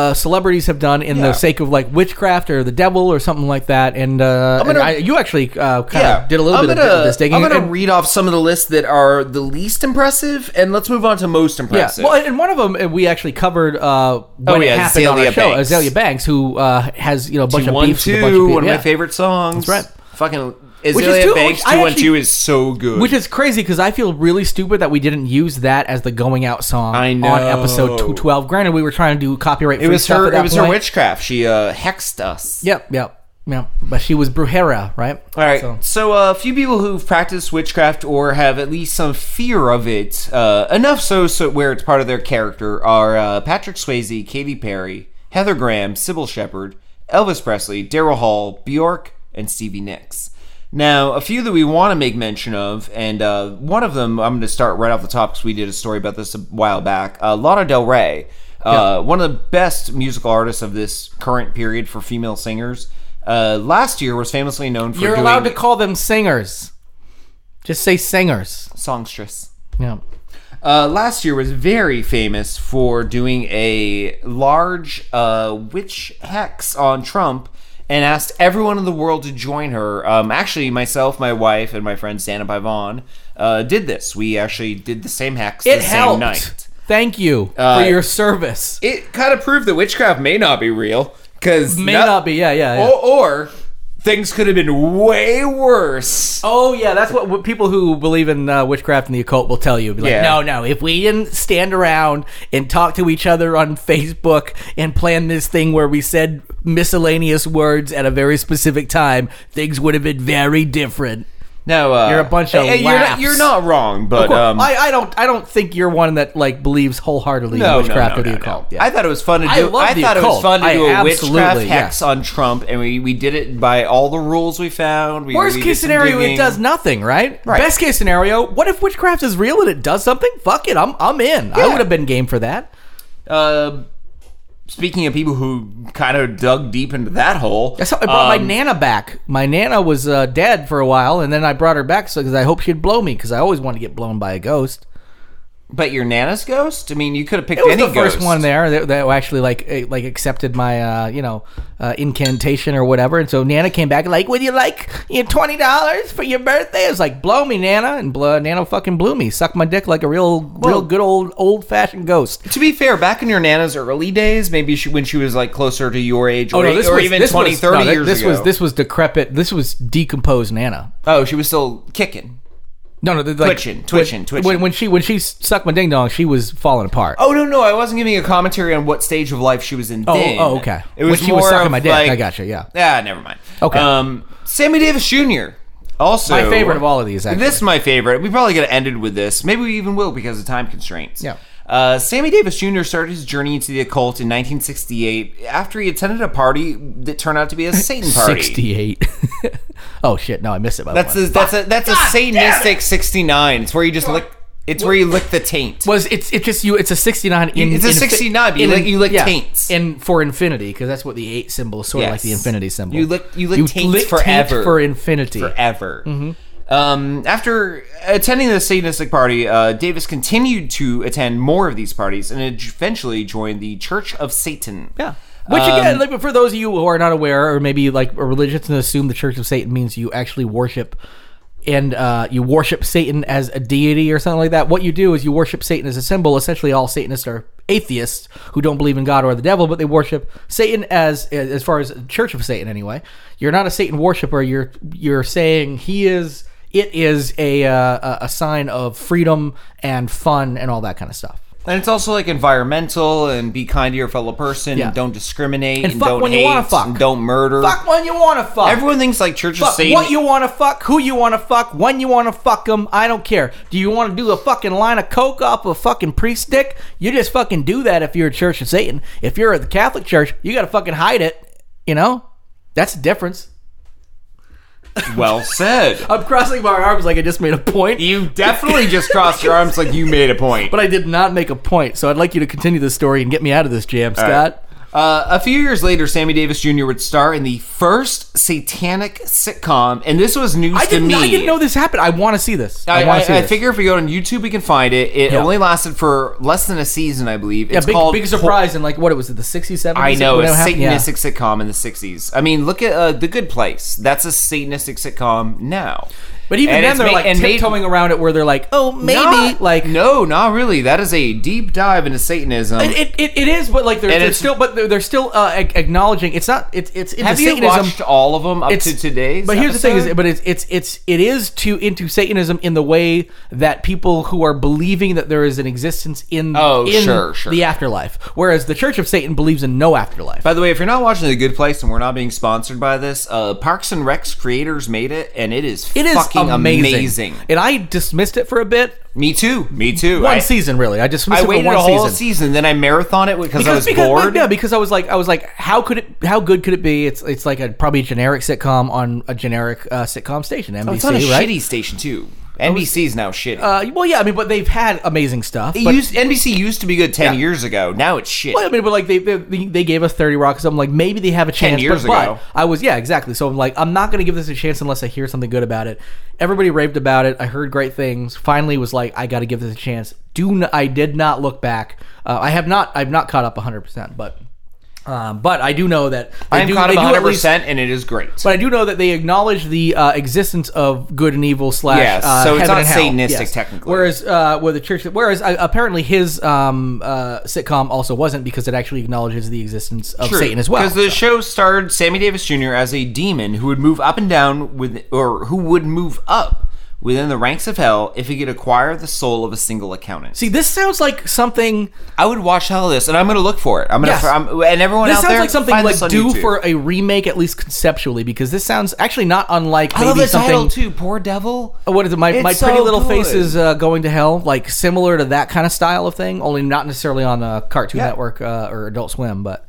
Speaker 2: uh, celebrities have done in
Speaker 1: Yeah.
Speaker 2: the sake of like witchcraft or the devil or something like that. And, uh,
Speaker 1: gonna-
Speaker 2: and I, you actually uh, kind of did a little
Speaker 1: I'm
Speaker 2: bit
Speaker 1: gonna-
Speaker 2: of this digging.
Speaker 1: I'm going to
Speaker 2: and-
Speaker 1: read off some of the lists that are the least impressive, and let's move on to most
Speaker 2: yeah,
Speaker 1: impressive.
Speaker 2: well, and one of them uh, we actually covered uh, when
Speaker 1: Oh, yeah,
Speaker 2: it happened on
Speaker 1: Azalea
Speaker 2: our show.
Speaker 1: Banks.
Speaker 2: Azalea Banks, who uh, has you know a bunch
Speaker 1: She
Speaker 2: of
Speaker 1: won
Speaker 2: beefs with
Speaker 1: two,
Speaker 2: a bunch of people.
Speaker 1: one of
Speaker 2: yeah.
Speaker 1: my favorite songs.
Speaker 2: That's right.
Speaker 1: Fucking
Speaker 2: is
Speaker 1: Azalea
Speaker 2: too-
Speaker 1: Banks.
Speaker 2: I
Speaker 1: Two one
Speaker 2: actually-
Speaker 1: two is so good.
Speaker 2: Which is crazy because I feel really stupid that we didn't use that as the going out song
Speaker 1: I
Speaker 2: on
Speaker 1: know.
Speaker 2: episode two twelve. Granted, we were trying to do copyright.
Speaker 1: it was
Speaker 2: stuff
Speaker 1: her.
Speaker 2: At that
Speaker 1: It was
Speaker 2: point.
Speaker 1: her witchcraft. She uh, hexed us.
Speaker 2: Yep, yep, yep. But she was Brujera, right?
Speaker 1: All right.
Speaker 2: So-
Speaker 1: So, uh, a few people who've practiced witchcraft or have at least some fear of it, uh, enough so, so where it's part of their character, are uh, Patrick Swayze, Katy Perry, Heather Graham, Sybil Shepherd, Elvis Presley, Daryl Hall, Bjork, and Stevie Nicks. Now, a few that we want to make mention of, and uh, one of them I'm going to start right off the top because we did a story about this a while back. Uh, Lana Del Rey, uh, one of the best musical artists of this current period for female singers. Uh, last year was famously known for
Speaker 2: You're
Speaker 1: doing
Speaker 2: allowed to call them singers. Just say singers.
Speaker 1: songstress.
Speaker 2: Yeah.
Speaker 1: Uh, last year was very famous for doing a large uh, witch hex on Trump and asked everyone in the world to join her. Um, actually, myself, my wife, and my friend Santa Pavon uh, did this. We actually did the same hex
Speaker 2: It
Speaker 1: the
Speaker 2: helped.
Speaker 1: same night. Uh,
Speaker 2: Thank you for your service.
Speaker 1: It kind of proved that witchcraft may not be real because
Speaker 2: May not be. Yeah, yeah. yeah.
Speaker 1: or, or things could have been way worse.
Speaker 2: Oh yeah, that's what, what people who believe in uh, witchcraft and the occult will tell you. Be like,
Speaker 1: Yeah.
Speaker 2: no, no, if we didn't stand around and talk to each other on Facebook and plan this thing where we said miscellaneous words at a very specific time, things would have been very different.
Speaker 1: No, uh,
Speaker 2: You're a bunch of
Speaker 1: eh, eh, you're not,
Speaker 2: laughs.
Speaker 1: you're not wrong, but um,
Speaker 2: I, I don't, I don't think you're one that like believes wholeheartedly in witchcraft or the occult. Yeah.
Speaker 1: I thought it was fun to do.
Speaker 2: I
Speaker 1: I,
Speaker 2: love the
Speaker 1: thought it
Speaker 2: occult.
Speaker 1: was fun to
Speaker 2: I
Speaker 1: do a
Speaker 2: absolutely,
Speaker 1: witchcraft
Speaker 2: yeah.
Speaker 1: hex on Trump, and we, we did it by all the rules we found. We,
Speaker 2: Worst
Speaker 1: we did
Speaker 2: case
Speaker 1: some
Speaker 2: scenario, it
Speaker 1: digging.
Speaker 2: does nothing, right?
Speaker 1: Right.
Speaker 2: Best case scenario, what if witchcraft is real and it does something? Fuck it, I'm, I'm in. I
Speaker 1: Yeah.
Speaker 2: would have been game for that.
Speaker 1: Uh, speaking of people who kind of dug deep into that hole,
Speaker 2: That's how I brought my
Speaker 1: um,
Speaker 2: nana back. My nana was uh, dead for a while, and then I brought her back so because I hope she'd blow me because I always wanted to get blown by a ghost.
Speaker 1: But your nana's ghost? I mean, you could have picked
Speaker 2: It was
Speaker 1: any
Speaker 2: the first
Speaker 1: ghost.
Speaker 2: one there that, that actually like eh, like accepted my uh, you know uh, incantation or whatever. And so nana came back like, "Would you like your twenty dollars for your birthday?" I was like, "Blow me, nana!" And bl- nana fucking blew me, sucked my dick like a real real good old old fashioned ghost.
Speaker 1: To be fair, back in your nana's early days, maybe she, when she was like closer to your age,
Speaker 2: Oh,
Speaker 1: or, or even 20, 30
Speaker 2: no,
Speaker 1: years
Speaker 2: this
Speaker 1: ago.
Speaker 2: was this was decrepit. This was decomposed nana.
Speaker 1: oh, she was still kicking.
Speaker 2: No, no, like,
Speaker 1: Twitching, twitching,
Speaker 2: when,
Speaker 1: twitching.
Speaker 2: When, when she when she sucked my ding dong, she was falling apart.
Speaker 1: Oh no no! I wasn't giving a commentary on what stage of life she was in.
Speaker 2: oh,
Speaker 1: then.
Speaker 2: oh, okay.
Speaker 1: It was
Speaker 2: when she was
Speaker 1: more
Speaker 2: sucking
Speaker 1: of,
Speaker 2: my dick.
Speaker 1: Like,
Speaker 2: I gotcha. Yeah.
Speaker 1: Yeah, never mind.
Speaker 2: Okay.
Speaker 1: Um, Sammy Davis Jr. Also,
Speaker 2: My favorite of all of these, actually.
Speaker 1: This is my favorite. We probably gonna ended with this. Maybe we even will because of time constraints.
Speaker 2: Yeah.
Speaker 1: Uh, Sammy Davis Jr. started his journey into the occult in 1968 after he attended a party that turned out to be a Satan party.
Speaker 2: Sixty-eight. oh shit! No, I missed it. By
Speaker 1: That's
Speaker 2: one.
Speaker 1: a, that's a that's a Satanistic 69. It's where you just lick. It's where you lick the taint.
Speaker 2: was it's it's just you? It's a sixty-nine. In,
Speaker 1: It's a
Speaker 2: in fi-
Speaker 1: 69, but you
Speaker 2: in-
Speaker 1: lick- you lick
Speaker 2: yeah,
Speaker 1: taints.
Speaker 2: and for infinity because that's what the eight symbol is sort of like the
Speaker 1: Yes.
Speaker 2: infinity symbol.
Speaker 1: You lick- you lick taints
Speaker 2: taint
Speaker 1: forever.
Speaker 2: for infinity.
Speaker 1: forever.
Speaker 2: Mm-hmm.
Speaker 1: Um, after attending the Satanistic party, uh, Davis continued to attend more of these parties and eventually joined the Church of Satan. Uh,
Speaker 2: Yeah. Which again, like for those of you who are not aware, or maybe like are religious and assume the Church of Satan means you actually worship and uh, you worship Satan as a deity or something like that. What you do is you worship Satan as a symbol. Essentially, all Satanists are atheists who don't believe in God or the devil, but they worship Satan as as far as Church of Satan anyway. You're not a Satan worshiper. You're you're saying he is. It is a uh, a sign of freedom and fun and all that kind of stuff.
Speaker 1: And it's also like environmental and be kind to your fellow person
Speaker 2: Yeah.
Speaker 1: and don't discriminate
Speaker 2: And
Speaker 1: and,
Speaker 2: fuck
Speaker 1: don't
Speaker 2: when you
Speaker 1: hate
Speaker 2: wanna fuck.
Speaker 1: and don't murder.
Speaker 2: Fuck when you want to fuck.
Speaker 1: Everyone thinks like Church of
Speaker 2: Fuck
Speaker 1: Satan.
Speaker 2: what you want to fuck, who you want to fuck, when you want to fuck them. I don't care. Do you want to do a fucking line of coke off a fucking priest dick? You just fucking do that if you're a Church of Satan. If you're at the Catholic Church, you got to fucking hide it. You know, that's the difference.
Speaker 1: well said.
Speaker 2: I'm crossing my arms like I just made a point,
Speaker 1: You definitely just crossed your arms like you made a point.
Speaker 2: but I did not make a point. So I'd like you to continue this story and get me out of this jam, Scott.
Speaker 1: Uh, a few years later, Sammy Davis Jr. would star in the first satanic sitcom, and this was news
Speaker 2: I
Speaker 1: to
Speaker 2: didn't.
Speaker 1: me.
Speaker 2: I didn't know this happened. I want to see this. I,
Speaker 1: I,
Speaker 2: want
Speaker 1: I,
Speaker 2: to see
Speaker 1: I
Speaker 2: this.
Speaker 1: figure if we go on YouTube, we can find it. It
Speaker 2: Yeah.
Speaker 1: only lasted for less than a season, I believe.
Speaker 2: yeah,
Speaker 1: It's
Speaker 2: big,
Speaker 1: called
Speaker 2: big surprise in like what it was the 60s, 70s.
Speaker 1: I know
Speaker 2: when it
Speaker 1: it's
Speaker 2: happened? Yeah.
Speaker 1: satanistic sitcom in the '60s. I mean, look at uh, The Good Place. That's a satanistic sitcom now.
Speaker 2: But even
Speaker 1: And
Speaker 2: then,
Speaker 1: it's
Speaker 2: they're
Speaker 1: ma-
Speaker 2: like
Speaker 1: and made-
Speaker 2: tiptoeing around it, where they're like, "Oh, maybe
Speaker 1: Not-
Speaker 2: like."
Speaker 1: no, not really. That is a deep dive into Satanism.
Speaker 2: It, it, it is, but like they're,
Speaker 1: And
Speaker 2: they're
Speaker 1: it's-
Speaker 2: still, but they're, they're still uh, ac- acknowledging it's not. It's it's into
Speaker 1: Have you
Speaker 2: Satanism.
Speaker 1: watched all of them up
Speaker 2: it's
Speaker 1: to today's?
Speaker 2: But here's the thing: is
Speaker 1: episode?
Speaker 2: but it's it's it's it is to into Satanism in the way that people who are believing that there is an existence in
Speaker 1: Oh,
Speaker 2: in
Speaker 1: sure, sure.
Speaker 2: the afterlife, whereas the Church of Satan believes in no afterlife.
Speaker 1: By the way, if you're not watching The Good Place and we're not being sponsored by this, uh, Parks and Rec's creators made it, and it is
Speaker 2: it is
Speaker 1: fucking amazing.
Speaker 2: and I dismissed it for a bit.
Speaker 1: Me too. Me too.
Speaker 2: One
Speaker 1: I,
Speaker 2: season, really, I dismissed
Speaker 1: I
Speaker 2: it for
Speaker 1: waited
Speaker 2: one
Speaker 1: a whole
Speaker 2: season.
Speaker 1: season. then I marathon it because I was bored.
Speaker 2: Yeah, because I was like, I was like, how could it? How good could it be? It's it's like a probably generic sitcom on a generic uh, sitcom station, NBC,
Speaker 1: Oh, it's on a
Speaker 2: right?
Speaker 1: shitty station too. NBC's now shitty.
Speaker 2: Uh, well, yeah, I mean, but they've had amazing stuff.
Speaker 1: It
Speaker 2: but,
Speaker 1: used- NBC used to be good ten years ago. Now it's shit.
Speaker 2: well, I mean, but like they, they they gave us Thirty Rock, so I'm like, maybe they have a chance.
Speaker 1: years
Speaker 2: but, but
Speaker 1: ago.
Speaker 2: I was yeah, exactly. So I'm like, I'm not gonna give this a chance unless I hear something good about it. Everybody raved about it. I heard great things. Finally, was like, I got to give this a chance. Do n- I did not look back. Uh, I have not. I've not caught up 100, percent but. Um, but I do know that they
Speaker 1: I'm
Speaker 2: do-
Speaker 1: caught
Speaker 2: they
Speaker 1: up
Speaker 2: do at
Speaker 1: 100
Speaker 2: least-
Speaker 1: percent, and it is great.
Speaker 2: But I do know that they acknowledge the uh, existence of good and evil slash.
Speaker 1: Yes,
Speaker 2: uh,
Speaker 1: so it's
Speaker 2: heaven
Speaker 1: not
Speaker 2: and hell.
Speaker 1: Satanistic technically.
Speaker 2: Whereas, uh, where the church, whereas uh, apparently his um, uh, sitcom also wasn't because it actually acknowledges the existence of Satan as well.
Speaker 1: Because the show starred Sammy Davis Jr. as a demon who would move up and down with, or who would move up within the ranks of hell if he could acquire the soul of a single accountant.
Speaker 2: See, this sounds like something.
Speaker 1: I would watch all of this, and I'm going to look for it. I'm going
Speaker 2: Yes.
Speaker 1: to, and everyone
Speaker 2: This
Speaker 1: out
Speaker 2: sounds
Speaker 1: there,
Speaker 2: like something
Speaker 1: find
Speaker 2: like
Speaker 1: this on
Speaker 2: due
Speaker 1: YouTube.
Speaker 2: for a remake, at least conceptually, because this sounds actually not unlike
Speaker 1: I
Speaker 2: maybe
Speaker 1: love the
Speaker 2: something.
Speaker 1: title too. Poor devil.
Speaker 2: Oh, What is it? My,
Speaker 1: It's
Speaker 2: my pretty
Speaker 1: so
Speaker 2: little
Speaker 1: good.
Speaker 2: face is uh, going to hell, like similar to that kind of style of thing, only not necessarily on uh, Cartoon
Speaker 1: Yeah.
Speaker 2: Network uh, or Adult Swim, but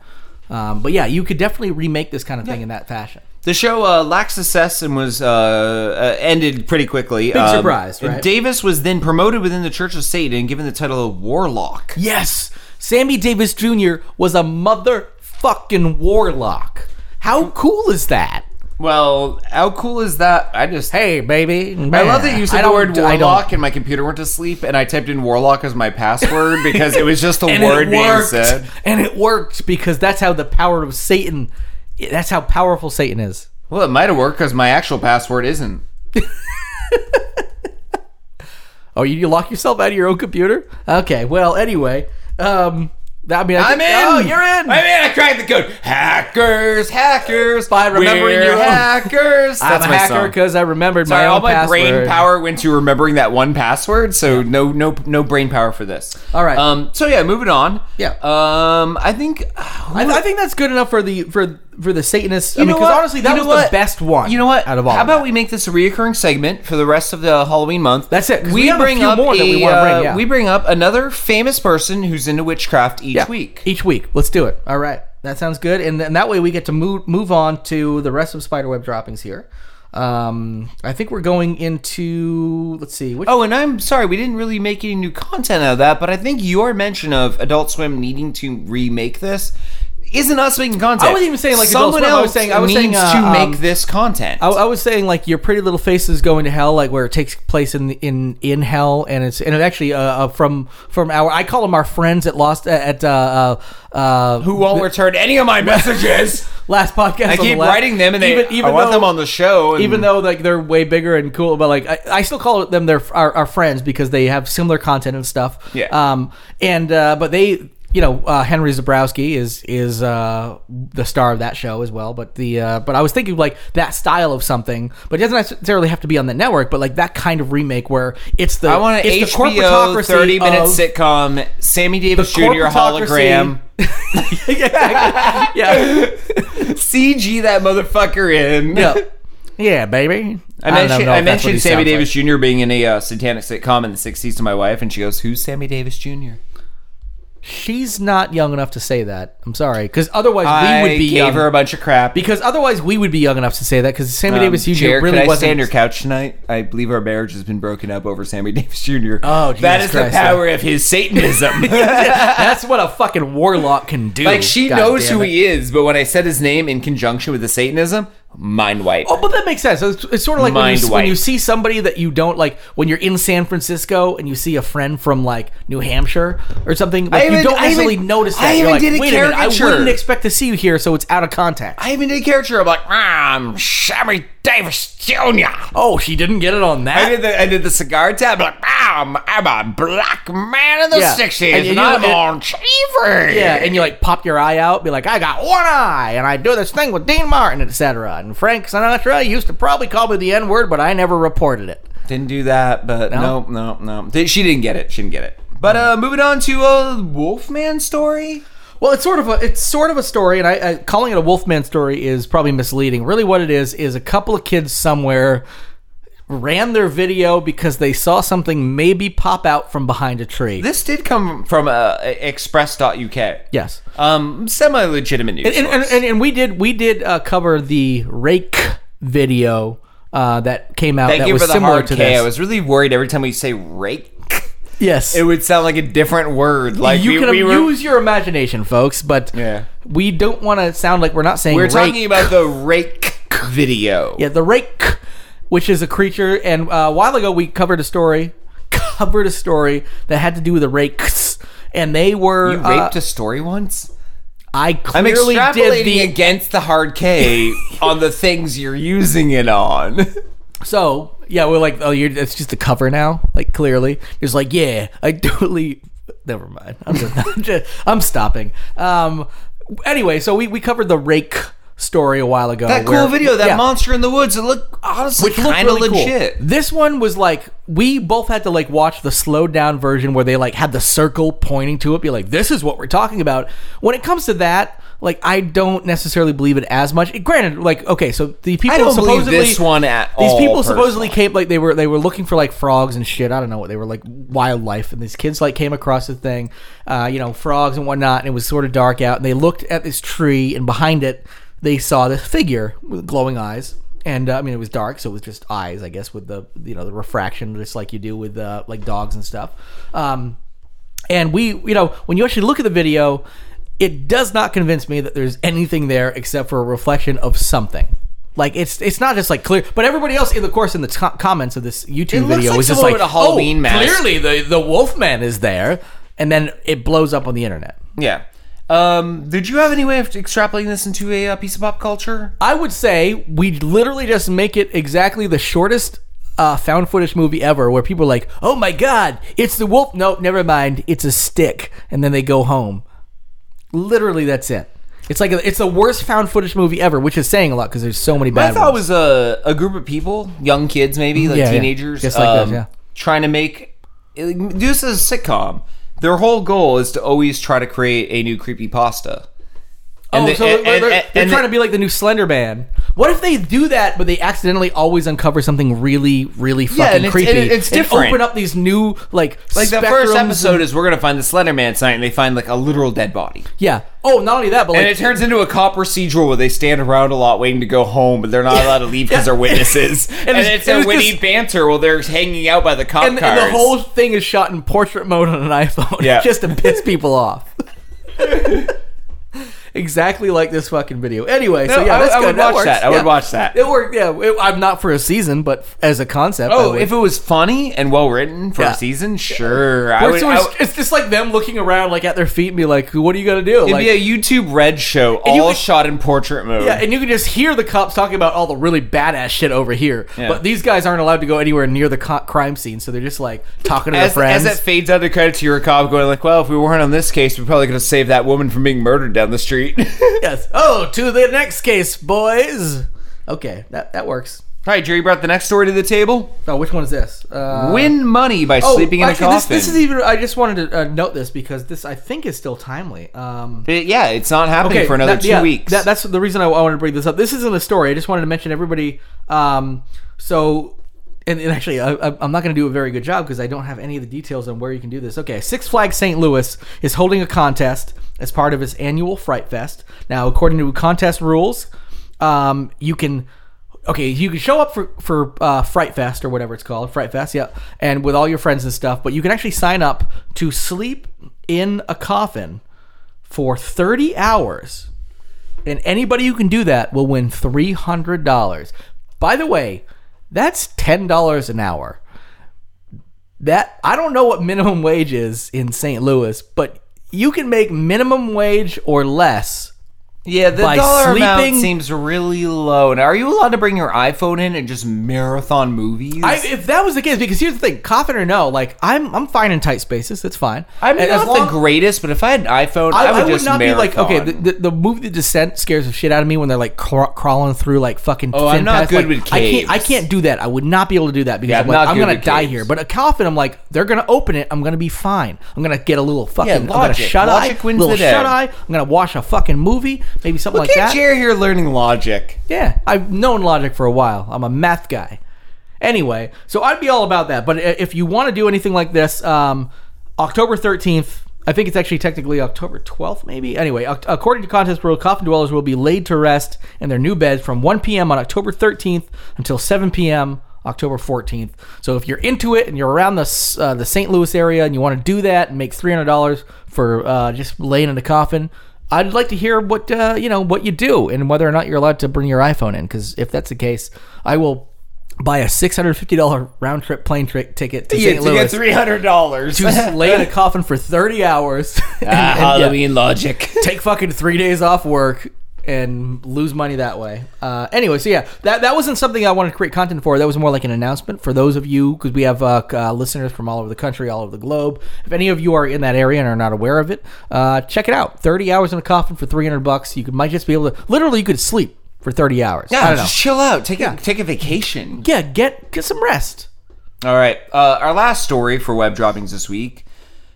Speaker 2: um, but yeah, you could definitely remake this kind of thing in that fashion.
Speaker 1: The show uh, lacked success and was uh, uh, ended pretty quickly. Big
Speaker 2: surprise, right?
Speaker 1: Davis was then promoted within the Church of Satan and given the title of warlock.
Speaker 2: Yes, Sammy Davis Jr. was a motherfucking warlock. How cool is that?
Speaker 1: Well, how cool is that? I just
Speaker 2: Hey, baby,
Speaker 1: I love that you
Speaker 2: I
Speaker 1: said the
Speaker 2: don't-
Speaker 1: word
Speaker 2: I don't-
Speaker 1: warlock, and my computer went to sleep, and I typed in warlock as my password because it was just a
Speaker 2: and
Speaker 1: word
Speaker 2: it
Speaker 1: being
Speaker 2: worked,
Speaker 1: said.
Speaker 2: and it worked because that's how the power of Satan. That's how powerful Satan is.
Speaker 1: Well, it might have worked because my actual password isn't.
Speaker 2: Oh, you, you lock yourself out of your own computer? Okay. Well, anyway, um, that I mean, I
Speaker 1: I'm
Speaker 2: think-
Speaker 1: in.
Speaker 2: Oh, you're in.
Speaker 1: I'm in. I cracked the code. Hackers, hackers.
Speaker 2: By remembering
Speaker 1: We're
Speaker 2: your own-
Speaker 1: hackers.
Speaker 2: I'm
Speaker 1: That's
Speaker 2: a
Speaker 1: my
Speaker 2: hacker
Speaker 1: song.
Speaker 2: because I remembered
Speaker 1: Sorry,
Speaker 2: my own
Speaker 1: all my brain
Speaker 2: password.
Speaker 1: power went to remembering that one password, so no, no, no brain power for this.
Speaker 2: All right.
Speaker 1: Um. So yeah, moving on.
Speaker 2: Yeah.
Speaker 1: Um. I think.
Speaker 2: I, I think that's good enough for the for for the Satanists. I
Speaker 1: You
Speaker 2: mean,
Speaker 1: know
Speaker 2: because
Speaker 1: what?
Speaker 2: honestly, that
Speaker 1: You know
Speaker 2: was the
Speaker 1: what?
Speaker 2: best one.
Speaker 1: You know what?
Speaker 2: Out of all,
Speaker 1: how
Speaker 2: of
Speaker 1: about
Speaker 2: that.
Speaker 1: we make this a reoccurring segment for the rest of the Halloween month?
Speaker 2: That's it, 'cause we have a few more that we wanna
Speaker 1: uh,
Speaker 2: bring, yeah.
Speaker 1: We bring up another famous person who's into witchcraft each
Speaker 2: Yeah.
Speaker 1: week.
Speaker 2: Each week, let's do it. All right, that sounds good. And then that way we get to move move on to the rest of Spiderweb droppings here. Um, I think we're going into let's see. Which,
Speaker 1: Oh, and I'm sorry, we didn't really make any new content out of that, but I think your mention of Adult Swim needing to remake this isn't us making content.
Speaker 2: I wasn't even saying, like, adult
Speaker 1: someone
Speaker 2: swim.
Speaker 1: else
Speaker 2: I was saying- I was
Speaker 1: needs
Speaker 2: saying, uh,
Speaker 1: to
Speaker 2: um,
Speaker 1: make this content.
Speaker 2: I, I was saying like your Pretty Little Faces going to hell, like where it takes place in in in hell, and it's and it actually uh, uh, from from our I call them our friends at Lost at uh, uh, uh,
Speaker 1: who won't return any of my messages?
Speaker 2: last podcast.
Speaker 1: I
Speaker 2: on the
Speaker 1: keep
Speaker 2: left.
Speaker 1: writing them, and they
Speaker 2: even, even
Speaker 1: I want
Speaker 2: though,
Speaker 1: them on the show. And
Speaker 2: even though like they're way bigger and cool, but like I, I still call them their our, our friends because they have similar content and stuff.
Speaker 1: Yeah.
Speaker 2: Um. And uh, but they, you know, uh, Henry Zabrowski is is uh the star of that show as well. But the uh, but I was thinking like that style of something, but it doesn't necessarily have to be on the network. But like that kind of remake where it's the
Speaker 1: I want an
Speaker 2: it's
Speaker 1: HBO thirty minute
Speaker 2: of-
Speaker 1: sitcom, Sammy Davis Jr. hologram,
Speaker 2: yeah. Yeah.
Speaker 1: CG that motherfucker in.
Speaker 2: Yeah. Yeah, baby.
Speaker 1: I
Speaker 2: don't
Speaker 1: mentioned,
Speaker 2: know
Speaker 1: I
Speaker 2: if that's what he
Speaker 1: mentioned Sammy
Speaker 2: sounds like.
Speaker 1: Davis Jr. being in a uh, satanic sitcom in the 60s to my wife, and she goes, Who's Sammy Davis Jr.?
Speaker 2: She's not young enough to say that. I'm sorry, because otherwise
Speaker 1: I
Speaker 2: we would be
Speaker 1: gave
Speaker 2: young.
Speaker 1: her a bunch of crap.
Speaker 2: because otherwise we would be young enough to say that. Because Sammy
Speaker 1: Um,
Speaker 2: Davis Jr.
Speaker 1: Jared,
Speaker 2: really
Speaker 1: could I
Speaker 2: wasn't.
Speaker 1: stay on your couch tonight? I believe our marriage has been broken up over Sammy Davis Jr.
Speaker 2: Oh,
Speaker 1: that
Speaker 2: Jesus
Speaker 1: is
Speaker 2: Christ,
Speaker 1: the power of his Satanism.
Speaker 2: That's what a fucking warlock can do.
Speaker 1: like she
Speaker 2: God
Speaker 1: knows
Speaker 2: damn
Speaker 1: who
Speaker 2: it.
Speaker 1: he is, but when I said his name in conjunction with the Satanism, mind wipe.
Speaker 2: Oh, but that makes sense. It's, it's sort of like when
Speaker 1: Mind
Speaker 2: you, when you
Speaker 1: wipe.
Speaker 2: see somebody that you don't like when you're in San Francisco and you see a friend from like New Hampshire or something. Like,
Speaker 1: even-
Speaker 2: you don't
Speaker 1: I even-
Speaker 2: necessarily notice that.
Speaker 1: I
Speaker 2: You're
Speaker 1: even
Speaker 2: like,
Speaker 1: did a
Speaker 2: Wait minute, I
Speaker 1: caricature."
Speaker 2: wouldn't expect to see you here, so it's out of context.
Speaker 1: I even did a character. I'm like, "Ah, I'm Sammy Davis Jr.
Speaker 2: oh, she didn't get it on that.
Speaker 1: I did the I did the cigar tab. Like, wow, I'm, I'm a black man in the
Speaker 2: Yeah.
Speaker 1: sixties,
Speaker 2: And
Speaker 1: and,
Speaker 2: you-
Speaker 1: I'm
Speaker 2: and-
Speaker 1: on TV.
Speaker 2: Yeah, and you like pop your eye out, be like, I got one eye, and I do this thing with Dean Martin, etc. And Frank Sinatra used to probably call me the N word, but I never reported it.
Speaker 1: didn't do that, but
Speaker 2: No?
Speaker 1: no, no, no. Did- She didn't get it. She didn't get it. But uh, moving on to a Wolfman story.
Speaker 2: Well, it's sort of a it's sort of a story, and I, I calling it a Wolfman story is probably misleading. Really, what it is is a couple of kids somewhere ran their video because they saw something maybe pop out from behind a tree.
Speaker 1: This did come from uh, Express.uk.
Speaker 2: yes,
Speaker 1: Um, semi-legitimate news.
Speaker 2: and, and, and, and we did we did uh, cover the rake video uh, that came out
Speaker 1: Thank
Speaker 2: that
Speaker 1: you
Speaker 2: was
Speaker 1: for the
Speaker 2: similar
Speaker 1: hard
Speaker 2: to
Speaker 1: K. I
Speaker 2: this.
Speaker 1: was really worried every time we say rake,
Speaker 2: yes,
Speaker 1: it would sound like a different word. Like
Speaker 2: you
Speaker 1: we,
Speaker 2: can
Speaker 1: we were,
Speaker 2: use your imagination, folks, but
Speaker 1: Yeah.
Speaker 2: we don't want to sound like we're not saying
Speaker 1: we were
Speaker 2: rake.
Speaker 1: talking about the rake video.
Speaker 2: yeah, the rake, which is a creature. And uh, a while ago, we covered a story, covered a story that had to do with the rakes, and they were.
Speaker 1: You
Speaker 2: uh,
Speaker 1: raped a story once.
Speaker 2: I
Speaker 1: I'm
Speaker 2: clearly
Speaker 1: extrapolating
Speaker 2: did the
Speaker 1: against the hard K on the things you're using it on.
Speaker 2: So yeah, we're like, oh, you're, it's just the cover now. Like clearly, it's like, yeah, I totally. Never mind. I'm just, I'm, just, I'm stopping. Um. Anyway, so we we covered the rake story a while ago.
Speaker 1: That
Speaker 2: where-
Speaker 1: cool video, that
Speaker 2: yeah.
Speaker 1: monster in the woods, it looked honestly
Speaker 2: Which looked
Speaker 1: kind of
Speaker 2: really cool.
Speaker 1: legit.
Speaker 2: This one was like we both had to like watch the slowed down version where they like had the circle pointing to it, be like, "This is what we're talking about." When it comes to that, like I don't necessarily believe it as much. Granted, like okay, so the people
Speaker 1: I don't believe
Speaker 2: supposedly
Speaker 1: this one at
Speaker 2: these
Speaker 1: all,
Speaker 2: people
Speaker 1: personally.
Speaker 2: supposedly came like they were they were looking for like frogs and shit. I don't know what they were like wildlife, and these kids like came across the thing, uh, you know, frogs and whatnot. And it was sort of dark out, and they looked at this tree, and behind it, they saw this figure with glowing eyes. And uh, I mean, it was dark, so it was just eyes, I guess, with the you know the refraction, just like you do with uh, like dogs and stuff. Um, and we, you know, when you actually look at the video, it does not convince me that there's anything there except for a reflection of something. Like it's it's not just like clear, but everybody else in the course in the co- comments of this YouTube
Speaker 1: looks
Speaker 2: video
Speaker 1: like
Speaker 2: was just
Speaker 1: someone
Speaker 2: like
Speaker 1: with a Halloween
Speaker 2: oh,
Speaker 1: mask."
Speaker 2: Clearly, the the Wolfman is there, and then it blows up on the internet.
Speaker 1: Yeah. Um, did you have any way of extrapolating this into a uh, piece of pop culture?
Speaker 2: I would say we literally just make it exactly the shortest uh, found footage movie ever, where people are like, "Oh my god, it's the wolf!" Nope, never mind, it's a stick, and then they go home. Literally, that's it. It's like it's the worst found footage movie ever, which is saying a lot because there's so many
Speaker 1: I
Speaker 2: bad.
Speaker 1: thought it was
Speaker 2: ones.
Speaker 1: a, a group of people, young kids maybe, like
Speaker 2: Mm-hmm. Yeah, yeah.
Speaker 1: teenagers,
Speaker 2: Just like those,
Speaker 1: um,
Speaker 2: yeah.
Speaker 1: trying to make do this as a sitcom. Their whole goal is to always try to create a new creepy pasta.
Speaker 2: oh, so they're, they're trying to be like the new Slender Man. What if they do that, but they accidentally always uncover something really, really fucking
Speaker 1: and it's-
Speaker 2: creepy?
Speaker 1: and it's different.
Speaker 2: open up these new like
Speaker 1: like the first
Speaker 2: spectrums and-
Speaker 1: episode is we're gonna find the Slender Man tonight, and they find like a literal dead body,
Speaker 2: yeah. Oh, not only that, but like
Speaker 1: and it turns into a cop procedural where they stand around a lot waiting to go home, but they're not allowed to leave because they're witnesses, and,
Speaker 2: it's-
Speaker 1: it's,
Speaker 2: it was
Speaker 1: a witty
Speaker 2: just-
Speaker 1: banter while they're hanging out by the cop
Speaker 2: and, and
Speaker 1: cars.
Speaker 2: the whole thing is shot in portrait mode on an iPhone
Speaker 1: Yeah.
Speaker 2: just to piss people off. exactly like this fucking video. Anyway,
Speaker 1: No,
Speaker 2: so yeah,
Speaker 1: I-
Speaker 2: that's
Speaker 1: I
Speaker 2: good.
Speaker 1: would
Speaker 2: that
Speaker 1: watch
Speaker 2: works.
Speaker 1: that. I would
Speaker 2: Yeah.
Speaker 1: watch that.
Speaker 2: It worked. Yeah, It- I'm not for a season, but as a concept. I
Speaker 1: Oh,
Speaker 2: would.
Speaker 1: if it was funny and well written for
Speaker 2: Yeah.
Speaker 1: a season, sure. I
Speaker 2: Or
Speaker 1: would,
Speaker 2: so
Speaker 1: I
Speaker 2: it's,
Speaker 1: would-
Speaker 2: it's just like them looking around, like at their feet, and be like, "What are you gonna do?"
Speaker 1: it'd
Speaker 2: Like,
Speaker 1: be a YouTube Red show,
Speaker 2: And you
Speaker 1: all
Speaker 2: could-
Speaker 1: shot in portrait mode.
Speaker 2: yeah, and you can just hear the cops talking about all the really badass shit over here.
Speaker 1: Yeah.
Speaker 2: But these guys aren't allowed to go anywhere near the co- crime scene, so they're just like talking to
Speaker 1: as,
Speaker 2: their friends.
Speaker 1: as it fades out of credits, you're a cop going like, "Well, if we weren't on this case, we're probably going to save that woman from being murdered down the street." All
Speaker 2: yes. Oh, to the next case, boys. Okay, that that works.
Speaker 1: right, Jerry brought the next story to the table.
Speaker 2: Oh, which one is this? Uh,
Speaker 1: Win money by
Speaker 2: oh,
Speaker 1: sleeping in a
Speaker 2: actually,
Speaker 1: coffin.
Speaker 2: this, this is even. I just wanted to uh, note this because this I think is still timely. Um,
Speaker 1: It- yeah, it's not happening for another
Speaker 2: that-
Speaker 1: two
Speaker 2: yeah,
Speaker 1: weeks.
Speaker 2: that- that's the reason I, I wanted to bring this up. This isn't a story. I just wanted to mention everybody. Um, so, and, and actually, I, I- I'm not going to do a very good job because I don't have any of the details on where you can do this. Okay, Six Flags St. Louis is holding a contest as part of its annual Fright Fest. Now, according to contest rules, um, you can. Okay, you can show up for for uh, Fright Fest or whatever it's called, Fright Fest, yeah, and with all your friends and stuff. But you can actually sign up to sleep in a coffin for 30 hours. And anybody who can do that will win $300. By the way, that's $10 an hour. That I don't know what minimum wage is in St. Louis, but you can make minimum wage or less.
Speaker 1: yeah, the
Speaker 2: by
Speaker 1: dollar amount
Speaker 2: sleeping-
Speaker 1: seems really low. And are you allowed to bring your iPhone in and just marathon movies?
Speaker 2: I, if that was the case, because here's the thing, coffin or no, like I'm I'm fine in tight spaces. That's fine.
Speaker 1: I'm
Speaker 2: And as
Speaker 1: not
Speaker 2: long-
Speaker 1: the greatest, but if I had an iPhone,
Speaker 2: I,
Speaker 1: I, would
Speaker 2: I would
Speaker 1: just
Speaker 2: not
Speaker 1: marathon.
Speaker 2: be like okay. The, the, the movie The Descent scares the shit out of me when they're like craw- crawling through like fucking.
Speaker 1: Oh, I'm
Speaker 2: thin
Speaker 1: not
Speaker 2: paths.
Speaker 1: good
Speaker 2: Like,
Speaker 1: with
Speaker 2: I can't. I
Speaker 1: caves.
Speaker 2: can't do that. I would not be able to do that because
Speaker 1: Yeah, I'm
Speaker 2: I'm, like,
Speaker 1: not
Speaker 2: I'm
Speaker 1: good
Speaker 2: gonna
Speaker 1: with
Speaker 2: die
Speaker 1: caves.
Speaker 2: here. But a coffin, I'm like they're gonna open it. I'm gonna be fine. I'm gonna get a little fucking. I'm gonna
Speaker 1: logic.
Speaker 2: shut
Speaker 1: Logic
Speaker 2: eye.
Speaker 1: wins
Speaker 2: little
Speaker 1: the day.
Speaker 2: shut eye. I'm gonna watch a fucking movie. Maybe something
Speaker 1: Look
Speaker 2: like
Speaker 1: at
Speaker 2: that.
Speaker 1: Jerry here learning logic.
Speaker 2: Yeah, I've known logic for a while. I'm a math guy. Anyway, so I'd be all about that. But i- if you want to do anything like this, um, October 13th, I think it's actually technically October 12th, maybe. Anyway, ac- according to contest rule, coffin dwellers will be laid to rest in their new beds from 1 p.m. on October 13th until 7 p.m. October 14th. So if you're into it and you're around the s- uh, the St. Louis area and you want to do that and make $300 for uh, just laying in a coffin, I'd like to hear what uh, you know what you do and whether or not you're allowed to bring your iPhone in. Because if that's the case, I will buy a six hundred fifty dollar round trip plane tri- ticket to St. Louis
Speaker 1: three hundred dollars.
Speaker 2: to lay in a coffin for thirty hours. and- and, yeah,
Speaker 1: logic.
Speaker 2: take fucking three days off work and lose money that way. Uh, anyway, so yeah, that, that wasn't something I wanted to create content for. That was more like an announcement for those of you, because we have uh, c- uh, listeners from all over the country, all over the globe. If any of you are in that area and are not aware of it, uh, check it out. 30 hours in a coffin for 300 bucks. You could, might just be able to, literally, you could sleep for 30 hours. I
Speaker 1: Yeah,
Speaker 2: don't know.
Speaker 1: just chill out. Take a take a vacation.
Speaker 2: yeah, get, get some rest.
Speaker 1: All right. Uh, our last story for web droppings this week: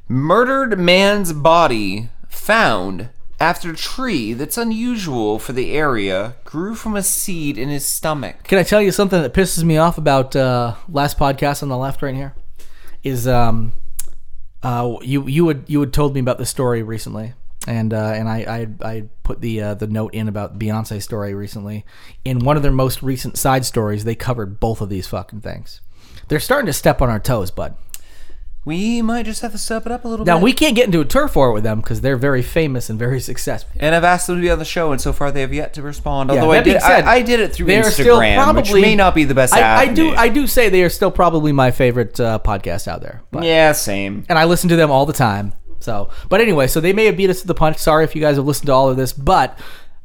Speaker 1: murdered man's body found after tree that's unusual for the area grew from a seed in his stomach.
Speaker 2: Can I tell you something that pisses me off about uh, last podcast on the left right here? Is um, uh, you you had you had told me about the story recently, and uh, and I I, I put the uh, the note in about Beyonce's story recently. In one of their most recent side stories, they covered both of these fucking things. They're starting to step on our toes, bud.
Speaker 1: We might just have to step it up a little
Speaker 2: Now
Speaker 1: bit.
Speaker 2: we can't get into a turf war with them because they're very famous and very successful.
Speaker 1: and I've asked them to be on the show, and so far they have yet to respond. Although
Speaker 2: that
Speaker 1: I did,
Speaker 2: being said,
Speaker 1: I, I did it through
Speaker 2: they
Speaker 1: Instagram,
Speaker 2: are still probably-
Speaker 1: which may not be the best.
Speaker 2: I, I do
Speaker 1: avenue.
Speaker 2: I do say they are still probably my favorite uh, podcast out there. But.
Speaker 1: yeah, same.
Speaker 2: and I listen to them all the time. So, but anyway, so they may have beat us to the punch. Sorry if you guys have listened to all of this, but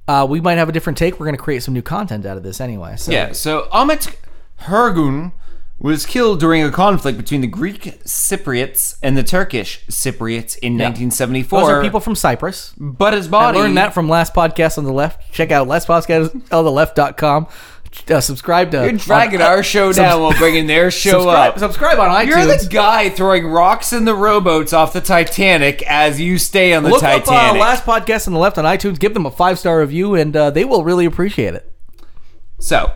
Speaker 2: uh, we might have a different take. We're going to create some new content out of this anyway. So,
Speaker 1: Yeah, so Amit Hergun was killed during a conflict between the Greek Cypriots and the Turkish Cypriots in 1974.
Speaker 2: those are people from Cyprus.
Speaker 1: but his
Speaker 2: I
Speaker 1: body.
Speaker 2: learned that from last podcast on the left. Check out last podcast on the left.com. Uh, subscribe to.
Speaker 1: You're dragging
Speaker 2: on-
Speaker 1: our show down while bringing their show
Speaker 2: subscribe,
Speaker 1: up.
Speaker 2: subscribe on
Speaker 1: You're
Speaker 2: iTunes.
Speaker 1: the guy throwing rocks in the rowboats off the Titanic as you stay on the
Speaker 2: Look
Speaker 1: Titanic.
Speaker 2: up uh, last podcast on the left on iTunes. Give them a five star review, and uh, they will really appreciate it.
Speaker 1: So,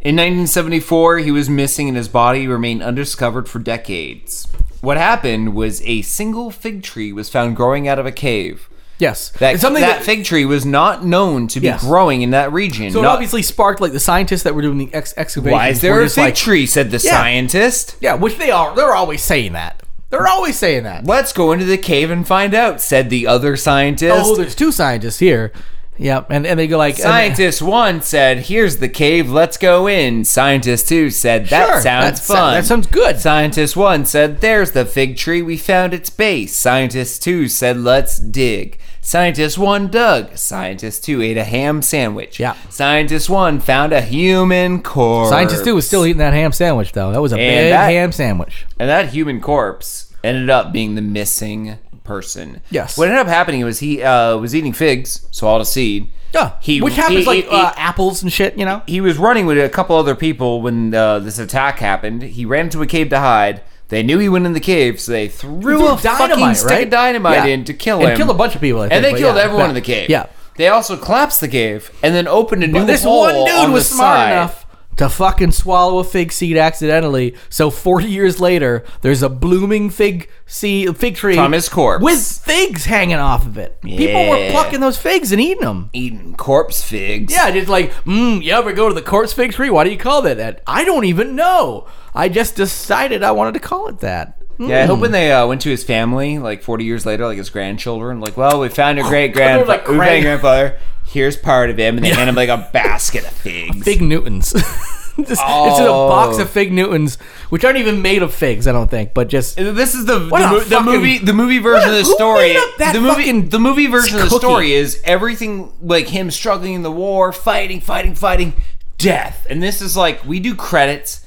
Speaker 1: in 1974, he was missing and his body remained undiscovered for decades. What happened was a single fig tree was found growing out of a cave.
Speaker 2: Yes,
Speaker 1: That,
Speaker 2: It's something
Speaker 1: that, fig tree was not known to be
Speaker 2: Yes.
Speaker 1: growing in that region.
Speaker 2: So it
Speaker 1: Not-
Speaker 2: obviously sparked like the scientists that were doing the ex- excavation.
Speaker 1: why is there a fig tree? Said the
Speaker 2: Yeah.
Speaker 1: scientist.
Speaker 2: Yeah, which they are. They're always saying that. They're always saying that.
Speaker 1: Let's go into the cave and find out, said the other scientist.
Speaker 2: Oh, there's two scientists here. Yep, and, and they go like and-
Speaker 1: Scientist one said, "Here's the cave. Let's go in." Scientist two said, "That
Speaker 2: Sure,
Speaker 1: sounds
Speaker 2: that sou-
Speaker 1: fun.
Speaker 2: that sounds good.
Speaker 1: Scientist one said, "There's the fig tree. We found its base." Scientist two said, "Let's dig." Scientist one dug. Scientist two ate a ham sandwich.
Speaker 2: Yeah.
Speaker 1: Scientist one found a human corpse.
Speaker 2: Scientist two was still eating that ham sandwich though. That was a
Speaker 1: And
Speaker 2: big
Speaker 1: that-
Speaker 2: ham sandwich.
Speaker 1: And that human corpse ended up being the missing person.
Speaker 2: Yes.
Speaker 1: What ended up happening was he uh, was eating figs, so all the seed.
Speaker 2: Yeah,
Speaker 1: He,
Speaker 2: which happens
Speaker 1: he-
Speaker 2: like
Speaker 1: he-
Speaker 2: uh, apples and shit. You know.
Speaker 1: he was running with a couple other people when uh, this attack happened. He ran into a cave to hide. They knew he went in the cave, so they threw,
Speaker 2: Threw
Speaker 1: a fucking
Speaker 2: dynamite,
Speaker 1: stick
Speaker 2: right?
Speaker 1: of dynamite
Speaker 2: Yeah.
Speaker 1: in to kill
Speaker 2: And
Speaker 1: him.
Speaker 2: killed a bunch of people, I
Speaker 1: and
Speaker 2: think,
Speaker 1: they
Speaker 2: but
Speaker 1: killed
Speaker 2: yeah,
Speaker 1: everyone
Speaker 2: that-
Speaker 1: in the cave.
Speaker 2: Yeah.
Speaker 1: They also collapsed the cave and then opened a new
Speaker 2: But this
Speaker 1: hole
Speaker 2: one dude
Speaker 1: on
Speaker 2: was
Speaker 1: the
Speaker 2: smart
Speaker 1: side.
Speaker 2: enough to fucking swallow a fig seed accidentally. So 40 years later, there's a blooming fig seed, fig tree
Speaker 1: From his corpse.
Speaker 2: with figs hanging off of it. People were
Speaker 1: Yeah.
Speaker 2: plucking those figs and eating them.
Speaker 1: Eating corpse figs.
Speaker 2: Yeah, just like, mmm, you ever go to the corpse fig tree? Why do you call it that? I don't even know. I just decided I wanted to call it that. Mm.
Speaker 1: Yeah, I hope when they uh, went to his family, like 40 years later, like his grandchildren, like, well, we found your great grandfather.
Speaker 2: like,
Speaker 1: we found
Speaker 2: crank.
Speaker 1: your grandfather. Here's part of him. And they hand him like a basket of figs.
Speaker 2: Fig Newtons. Just- It's in a box
Speaker 1: Oh.
Speaker 2: of fig Newtons, which aren't even made of figs, I don't think, but just
Speaker 1: This is the the,
Speaker 2: a
Speaker 1: mo- the
Speaker 2: fucking-
Speaker 1: movie the movie version
Speaker 2: what a-
Speaker 1: of the
Speaker 2: who
Speaker 1: story.
Speaker 2: made up that
Speaker 1: the movie
Speaker 2: fucking
Speaker 1: the movie version of the
Speaker 2: cookie?
Speaker 1: story is everything like him struggling in the war, fighting, fighting, fighting, death. And this is like we do credits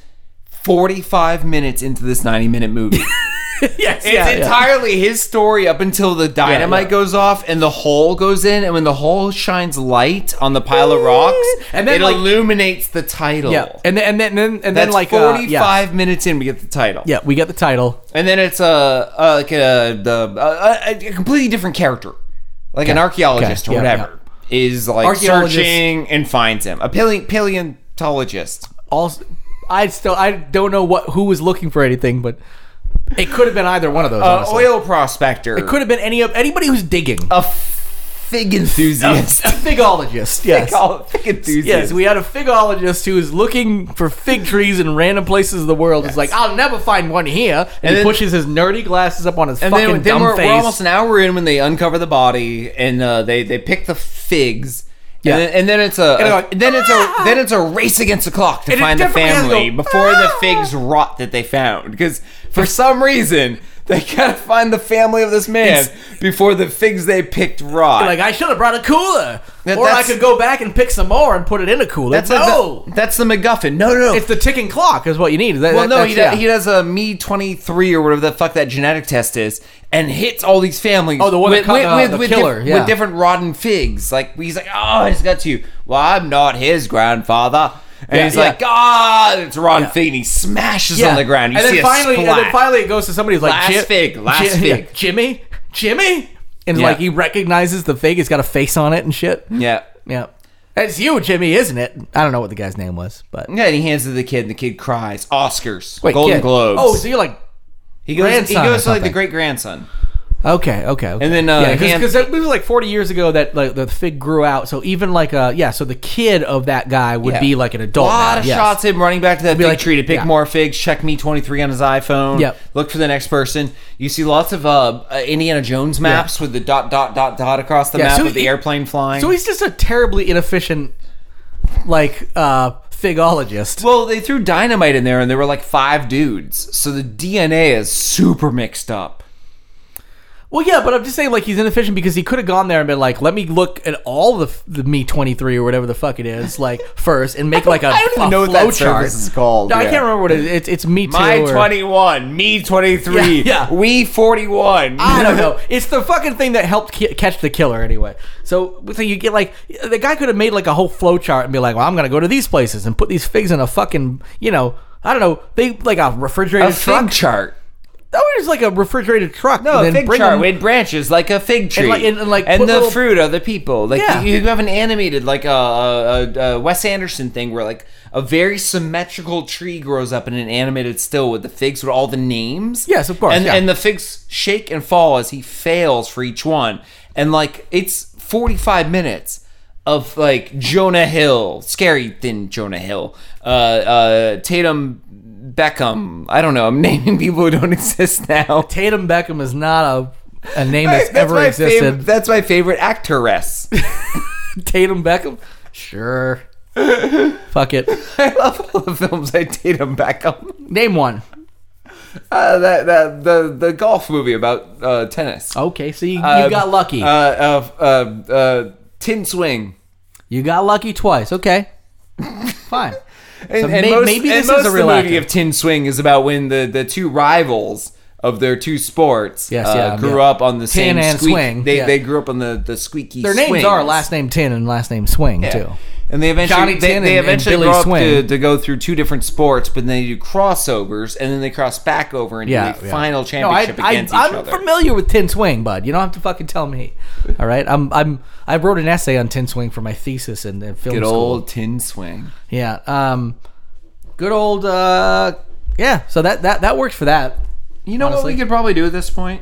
Speaker 1: 45 minutes into this 90 minute movie.
Speaker 2: yes,
Speaker 1: It's entirely his story up until the dynamite
Speaker 2: yeah.
Speaker 1: goes off and the hole goes in, and when the hole shines light on the pile of rocks,
Speaker 2: And then,
Speaker 1: it
Speaker 2: like-
Speaker 1: illuminates the title.
Speaker 2: Yeah, and then and then and then
Speaker 1: That's
Speaker 2: like uh, yeah.
Speaker 1: 45 minutes in, we get the title.
Speaker 2: Yeah, we get the title.
Speaker 1: And then it's a, a like a the uh, a, a, a completely different character, like an archaeologist
Speaker 2: Okay.
Speaker 1: or
Speaker 2: Yeah,
Speaker 1: whatever, is like
Speaker 2: Archaeologist.
Speaker 1: searching and finds him. A pale- paleontologist.
Speaker 2: Also, I still I don't know what who was looking for anything, but it could have been either one of those.
Speaker 1: A
Speaker 2: honestly.
Speaker 1: oil prospector.
Speaker 2: could have been any of anybody who's digging.
Speaker 1: a fig enthusiast.
Speaker 2: a figologist. Yes.
Speaker 1: Call it fig enthusiast.
Speaker 2: Yes, we had a figologist who is looking for fig trees in random places of the world. It's like I'll never find one here, and, he
Speaker 1: then-
Speaker 2: pushes his nerdy glasses up on his
Speaker 1: and
Speaker 2: fucking
Speaker 1: then, then
Speaker 2: dumb
Speaker 1: we're,
Speaker 2: face.
Speaker 1: we're almost an hour in when they uncover the body and uh, they they pick the figs.
Speaker 2: Yeah.
Speaker 1: And, then, and then it's a,
Speaker 2: they're like,
Speaker 1: then it's a
Speaker 2: "Ah!"
Speaker 1: then it's a race against the clock to
Speaker 2: And it
Speaker 1: find the
Speaker 2: definitely has to
Speaker 1: family
Speaker 2: go,
Speaker 1: before
Speaker 2: "Ah!"
Speaker 1: the figs rot that they found because for some reason they gotta find the family of this man before the figs they picked rot.
Speaker 2: like I should have brought a cooler,
Speaker 1: That-
Speaker 2: or I
Speaker 1: that's-
Speaker 2: could go back and pick some more and put it in a cooler.
Speaker 1: that's like
Speaker 2: no,
Speaker 1: the, that's the MacGuffin. No, no, no.
Speaker 2: it's the ticking clock is what you need. That-
Speaker 1: Well,
Speaker 2: that-
Speaker 1: no,
Speaker 2: that's-
Speaker 1: he,
Speaker 2: yeah.
Speaker 1: does, he does a me twenty three or whatever the fuck that genetic test is, and hits all these families.
Speaker 2: Oh, the one that
Speaker 1: with,
Speaker 2: caught the-
Speaker 1: with,
Speaker 2: the
Speaker 1: with
Speaker 2: killer,
Speaker 1: diff-
Speaker 2: yeah.
Speaker 1: with different rotten figs. Like he's like, oh, I just got you. Well, I'm not his grandfather, and
Speaker 2: Yeah,
Speaker 1: he's
Speaker 2: yeah.
Speaker 1: like, God, it's rotten fig, and he smashes on the ground. You
Speaker 2: and
Speaker 1: see
Speaker 2: then finally,
Speaker 1: a
Speaker 2: and
Speaker 1: splat.
Speaker 2: then finally, it goes to somebody who's like,
Speaker 1: Last
Speaker 2: "Ji-
Speaker 1: fig, last
Speaker 2: Ji-
Speaker 1: fig."
Speaker 2: yeah, Jimmy, Jimmy, and
Speaker 1: Yeah.
Speaker 2: like he recognizes the fig. It's got a face on it and shit.
Speaker 1: yeah.
Speaker 2: yeah, that's you, Jimmy, isn't it? I don't know what the guy's name was, but
Speaker 1: Yeah, and he hands it to the kid, and the kid cries. Oscars,
Speaker 2: Wait,
Speaker 1: Golden
Speaker 2: kid.
Speaker 1: Globes.
Speaker 2: Oh, so you're like,
Speaker 1: he goes, he
Speaker 2: grandson or
Speaker 1: goes to like the
Speaker 2: something.
Speaker 1: great grandson.
Speaker 2: okay, okay, okay.
Speaker 1: And then, uh, hand-
Speaker 2: because it was like 40 years ago that like the fig grew out. So even like uh, yeah, so the kid of that guy would
Speaker 1: Yeah.
Speaker 2: be like an adult.
Speaker 1: A lot
Speaker 2: now,
Speaker 1: of
Speaker 2: yes.
Speaker 1: shots him running back to that fig
Speaker 2: like,
Speaker 1: tree to pick
Speaker 2: yeah.
Speaker 1: more figs. Check me twenty three on his iPhone.
Speaker 2: Yep.
Speaker 1: Look for the next person. You see lots of uh, uh, Indiana Jones maps with the dot dot dot dot across the
Speaker 2: Yeah,
Speaker 1: map
Speaker 2: so
Speaker 1: with the
Speaker 2: he-
Speaker 1: airplane flying.
Speaker 2: So he's just a terribly inefficient, like uh, figologist.
Speaker 1: well, they threw dynamite in there, and there were like five dudes. So the DNA is super mixed up.
Speaker 2: Well, yeah, but I'm just saying, like, he's inefficient because he could have gone there and been like, let me look at all the, the Me 23 or whatever the fuck it is, like, first and make like a,
Speaker 1: I don't even
Speaker 2: a
Speaker 1: know what that
Speaker 2: flow chart.
Speaker 1: service is called,
Speaker 2: No, I
Speaker 1: yeah.
Speaker 2: can't remember what it is. It's, it's Me 2.
Speaker 1: My
Speaker 2: or-
Speaker 1: twenty one, me twenty three,
Speaker 2: Yeah, yeah.
Speaker 1: we forty one.
Speaker 2: I don't know. It's the fucking thing that helped ki- catch the killer anyway. So, so you get like the guy could have made like a whole flow chart and be like, "Well, I'm gonna go to these places and put these figs in a fucking, you know, I don't know, they like a refrigerated
Speaker 1: A
Speaker 2: truck.
Speaker 1: fig chart.
Speaker 2: That was like a refrigerated truck.
Speaker 1: No,
Speaker 2: and
Speaker 1: a
Speaker 2: then
Speaker 1: fig
Speaker 2: bring
Speaker 1: chart
Speaker 2: them-
Speaker 1: with branches like a fig tree,
Speaker 2: like- and- and, like, put
Speaker 1: the
Speaker 2: little-
Speaker 1: fruit are the people. Like
Speaker 2: Yeah.
Speaker 1: you, you have an animated like a, a, a Wes Anderson thing where like a very symmetrical tree grows up in an animated still with the figs with all the names.
Speaker 2: Yes, of course,
Speaker 1: And
Speaker 2: yeah.
Speaker 1: and the figs shake and fall as he fails for each one, and like it's forty five minutes. Of like Jonah Hill, scary thin Jonah Hill, uh, uh, Tatum Beckham. I don't know. I'm naming people who don't exist now.
Speaker 2: Tatum Beckham is not a, a name that's,
Speaker 1: That's
Speaker 2: ever
Speaker 1: my
Speaker 2: existed.
Speaker 1: fav- that's my favorite actress.
Speaker 2: Tatum Beckham? Sure. Fuck it.
Speaker 1: I love all the films I Tatum Beckham.
Speaker 2: Name one.
Speaker 1: Uh, that, that the the golf movie about uh, tennis.
Speaker 2: Okay, see,
Speaker 1: Uh,
Speaker 2: you got lucky.
Speaker 1: Uh, uh, uh, uh, Tin Swing.
Speaker 2: you got lucky twice. Okay. Fine.
Speaker 1: And,
Speaker 2: So
Speaker 1: and
Speaker 2: may-
Speaker 1: most,
Speaker 2: maybe
Speaker 1: and
Speaker 2: this
Speaker 1: most
Speaker 2: is a
Speaker 1: of
Speaker 2: real
Speaker 1: the movie
Speaker 2: actor.
Speaker 1: of Tin Swing is about when the, the two rivals of their two sports
Speaker 2: Yes,
Speaker 1: uh,
Speaker 2: yeah,
Speaker 1: grew
Speaker 2: yeah.
Speaker 1: up on the same
Speaker 2: Tin and
Speaker 1: squeak-
Speaker 2: Swing,
Speaker 1: They,
Speaker 2: yeah.
Speaker 1: they grew up on the, the squeaky
Speaker 2: Their names
Speaker 1: swings.
Speaker 2: are last name Tin and last name Swing, too.
Speaker 1: And they eventually
Speaker 2: Johnny
Speaker 1: they,
Speaker 2: Tin
Speaker 1: they
Speaker 2: and- and
Speaker 1: eventually
Speaker 2: Billy
Speaker 1: grow up
Speaker 2: Swing.
Speaker 1: to, to go through two different sports, but then they do crossovers and then they cross back over and
Speaker 2: Yeah,
Speaker 1: do the
Speaker 2: yeah.
Speaker 1: final
Speaker 2: No, I,
Speaker 1: championship
Speaker 2: I,
Speaker 1: against each
Speaker 2: I'm
Speaker 1: other.
Speaker 2: familiar with Tin Swing, bud. You don't have to fucking tell me. All right, I'm I'm I wrote an essay on Tin Swing for my thesis in, in film
Speaker 1: Good
Speaker 2: school.
Speaker 1: old Tin Swing.
Speaker 2: Yeah. Um, good old. Uh, yeah. So that that that works for that.
Speaker 1: You know what
Speaker 2: Honestly.
Speaker 1: we could probably do at this point?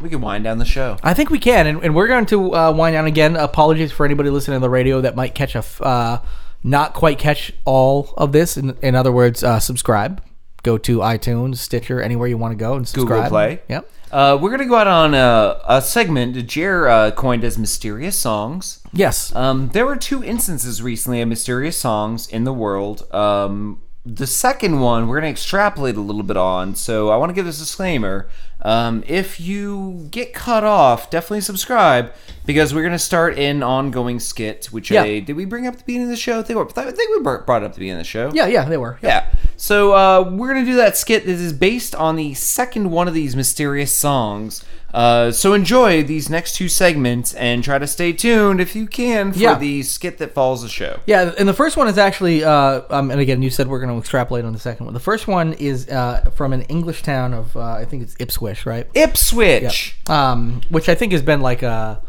Speaker 1: We could wind down the show.
Speaker 2: I think we can, and, and we're going to uh, wind down again. Apologies for anybody listening to the radio that might catch a f- uh, not quite catch all of this. In, in other words, uh, subscribe. Go to iTunes, Stitcher, anywhere you want to go and subscribe.
Speaker 1: Play.
Speaker 2: Yep.
Speaker 1: Uh, we're gonna go out on a, a segment that Jer uh, coined as mysterious songs.
Speaker 2: Yes.
Speaker 1: Um, there were two instances recently of mysterious songs in the world. Um, the second one we're going to extrapolate a little bit on, so I want to give this disclaimer. Um, if you get cut off, definitely subscribe because we're going to start an ongoing skit. Which
Speaker 2: Yeah.
Speaker 1: I, did we bring up at the beginning of the show? I think, we- I think we brought brought it up at the beginning of the show.
Speaker 2: yeah. Yeah. They were.
Speaker 1: Yeah. So uh, we're gonna do that skit that is based on the second one of these mysterious songs. Uh, so enjoy these next two segments and try to stay tuned if you can for
Speaker 2: Yeah.
Speaker 1: the skit that follows the show.
Speaker 2: Yeah, and the first one is actually, uh, um, and again, you said we're going to extrapolate on the second one. The first one is uh, from an English town of, uh, I think it's Ipswich, right?
Speaker 1: Ipswich
Speaker 2: Um, which I think has been like a.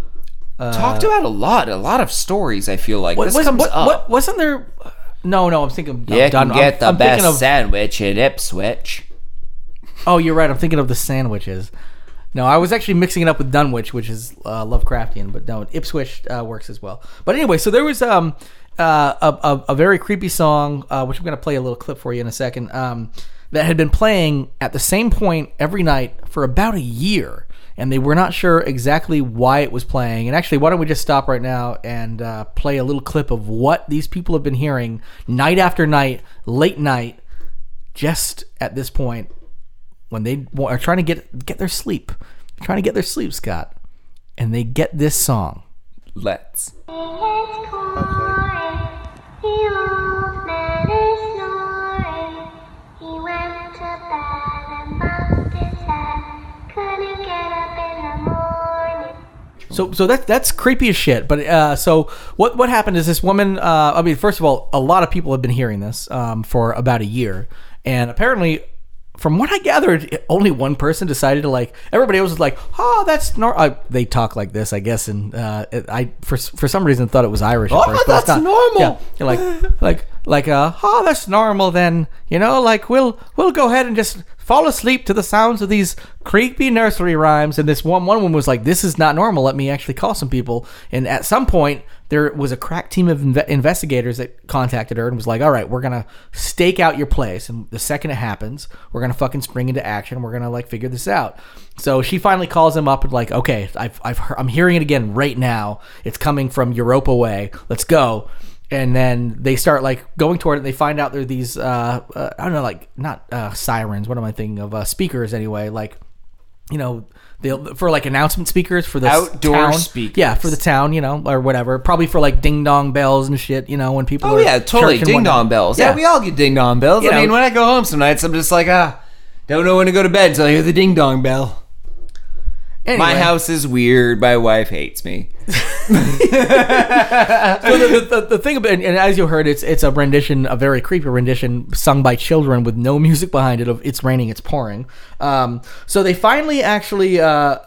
Speaker 1: talked about a lot, a lot of stories. I feel like this
Speaker 2: was-
Speaker 1: comes
Speaker 2: Uh, what-
Speaker 1: up.
Speaker 2: what- wasn't there? No, no, I'm thinking. of-
Speaker 1: you
Speaker 2: I'm done.
Speaker 1: can get
Speaker 2: I'm,
Speaker 1: the
Speaker 2: I'm
Speaker 1: best
Speaker 2: Thinking of,
Speaker 1: sandwich in Ipswich.
Speaker 2: oh, you're right. I'm thinking of the sandwiches. No, I was actually mixing it up with Dunwich, which is uh, Lovecraftian, but no, Ipswich uh, works as well. But anyway, so there was um uh, a, a a very creepy song, uh, which I'm gonna play a little clip for you in a second. Um, that had been playing at the same point every night for about a year, and they were not sure exactly why it was playing. And actually, why don't we just stop right now and uh, play a little clip of what these people have been hearing night after night, late night, just at this point when they wa- are trying to get get their sleep, trying to get their sleep, Scott, and they get this song.
Speaker 1: Let's.
Speaker 3: It's quiet. The old man is snoring. He went to bed and bumped his head. Couldn't get up in the morning.
Speaker 2: So, so that that's creepy as shit. But uh, so what what happened is this woman. Uh, I mean, first of all, a lot of people have been hearing this um, for about a year, and apparently, from what I gathered, only one person decided to like. Everybody else was like, "Oh, that's nor." I, they talk like this, I guess, and uh, it- I for for some reason thought it was Irish. at
Speaker 1: Oh,
Speaker 2: first, but it's
Speaker 1: that's
Speaker 2: not.
Speaker 1: normal.
Speaker 2: Yeah. You're like like like uh oh that's normal then you know like we'll we'll go ahead and just fall asleep to the sounds of these creepy nursery rhymes and this one one woman was like this is not normal let me actually call some people and at some point there was a crack team of inve- investigators that contacted her and was like all right we're gonna stake out your place and the second it happens we're gonna fucking spring into action we're gonna like figure this out so she finally calls him up and like okay I've, I've heard, i'm hearing it again right now it's coming from europa way let's go and then they start like going toward it. They find out there are these uh, uh, I don't know, like not uh, sirens. What am I thinking of? Uh, speakers anyway, like you know, they'll for like announcement speakers for the
Speaker 1: Outdoor
Speaker 2: town.
Speaker 1: speakers.
Speaker 2: Yeah, for the town, you know, or whatever. Probably for like ding dong bells and shit. You know, when people.
Speaker 1: Oh
Speaker 2: are
Speaker 1: yeah, totally.
Speaker 2: church and
Speaker 1: Ding
Speaker 2: whatnot.
Speaker 1: dong bells. Yeah.
Speaker 2: Yeah.
Speaker 1: we all get ding dong bells.
Speaker 2: You
Speaker 1: I mean,
Speaker 2: know.
Speaker 1: when I go home some nights, I'm just like, ah, don't know when to go to bed until I hear the ding dong bell.
Speaker 2: Anyway,
Speaker 1: My house is weird. My wife hates me.
Speaker 2: so the, the, the, the thing about and, and as you heard, it's it's a rendition, a very creepy rendition, sung by children with no music behind it. Of it's raining, it's pouring. Um, so they finally actually. Uh,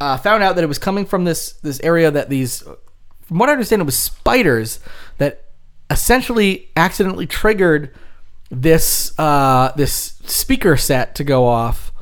Speaker 2: uh, found out that it was coming from this this area that these, from what I understand, it was spiders that essentially accidentally triggered this uh, this speaker set to go off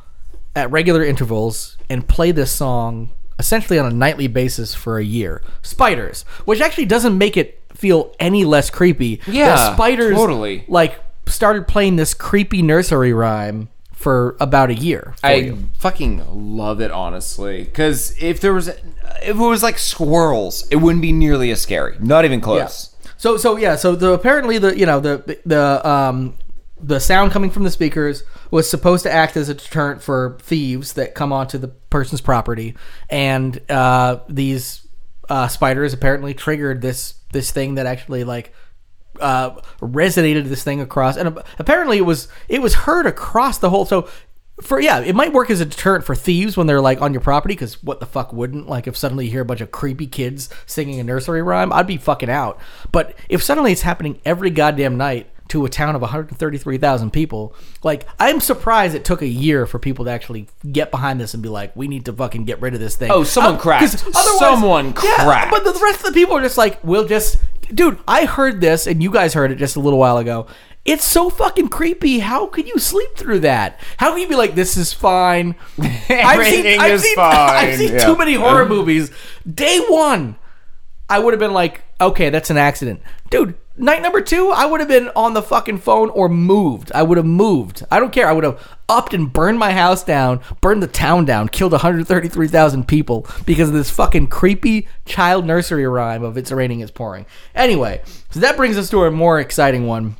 Speaker 2: at regular intervals and play this song essentially on a nightly basis for a year. Spiders, which actually doesn't make it feel any less creepy. that
Speaker 1: Yeah,
Speaker 2: spiders
Speaker 1: totally.
Speaker 2: like started playing this creepy nursery rhyme for about a year. for
Speaker 1: I
Speaker 2: you.
Speaker 1: fucking love it, honestly. Because if there was, if it was like squirrels, it wouldn't be nearly as scary. Not even close.
Speaker 2: So so yeah, so the apparently the you know the the um the sound coming from the speakers was supposed to act as a deterrent for thieves that come onto the person's property, and uh, these uh, spiders apparently triggered this this thing that actually like uh, resonated this thing across, and ap- apparently it was it was heard across the whole. So for yeah, it might work as a deterrent for thieves when they're like on your property because what the fuck wouldn't? Like if suddenly you hear a bunch of creepy kids singing a nursery rhyme, I'd be fucking out. But if suddenly it's happening every goddamn night to a town of 133,000 people, like I'm surprised it took a year for people to actually get behind this and be like, we need to fucking get rid of this thing.
Speaker 1: Oh, someone
Speaker 2: Uh, 'cause
Speaker 1: cracked.
Speaker 2: otherwise-
Speaker 1: Someone
Speaker 2: Yeah,
Speaker 1: cracked.
Speaker 2: But the rest of the people are just like, we'll just, dude. I heard this, and you guys heard it just a little while ago. It's so fucking creepy. How could you sleep through that? How can you be like, this is fine? I've
Speaker 1: Everything is
Speaker 2: seen,
Speaker 1: fine,
Speaker 2: I've seen
Speaker 1: yeah.
Speaker 2: too many horror movies. Day one, I would have been like, okay, that's an accident, dude. Night number two, I would have been on the fucking phone or moved. I would have moved. I don't care. I would have upped and burned my house down, burned the town down, killed 133,000 people because of this fucking creepy child nursery rhyme of "It's raining, it's pouring." Anyway, so that brings us to a more exciting one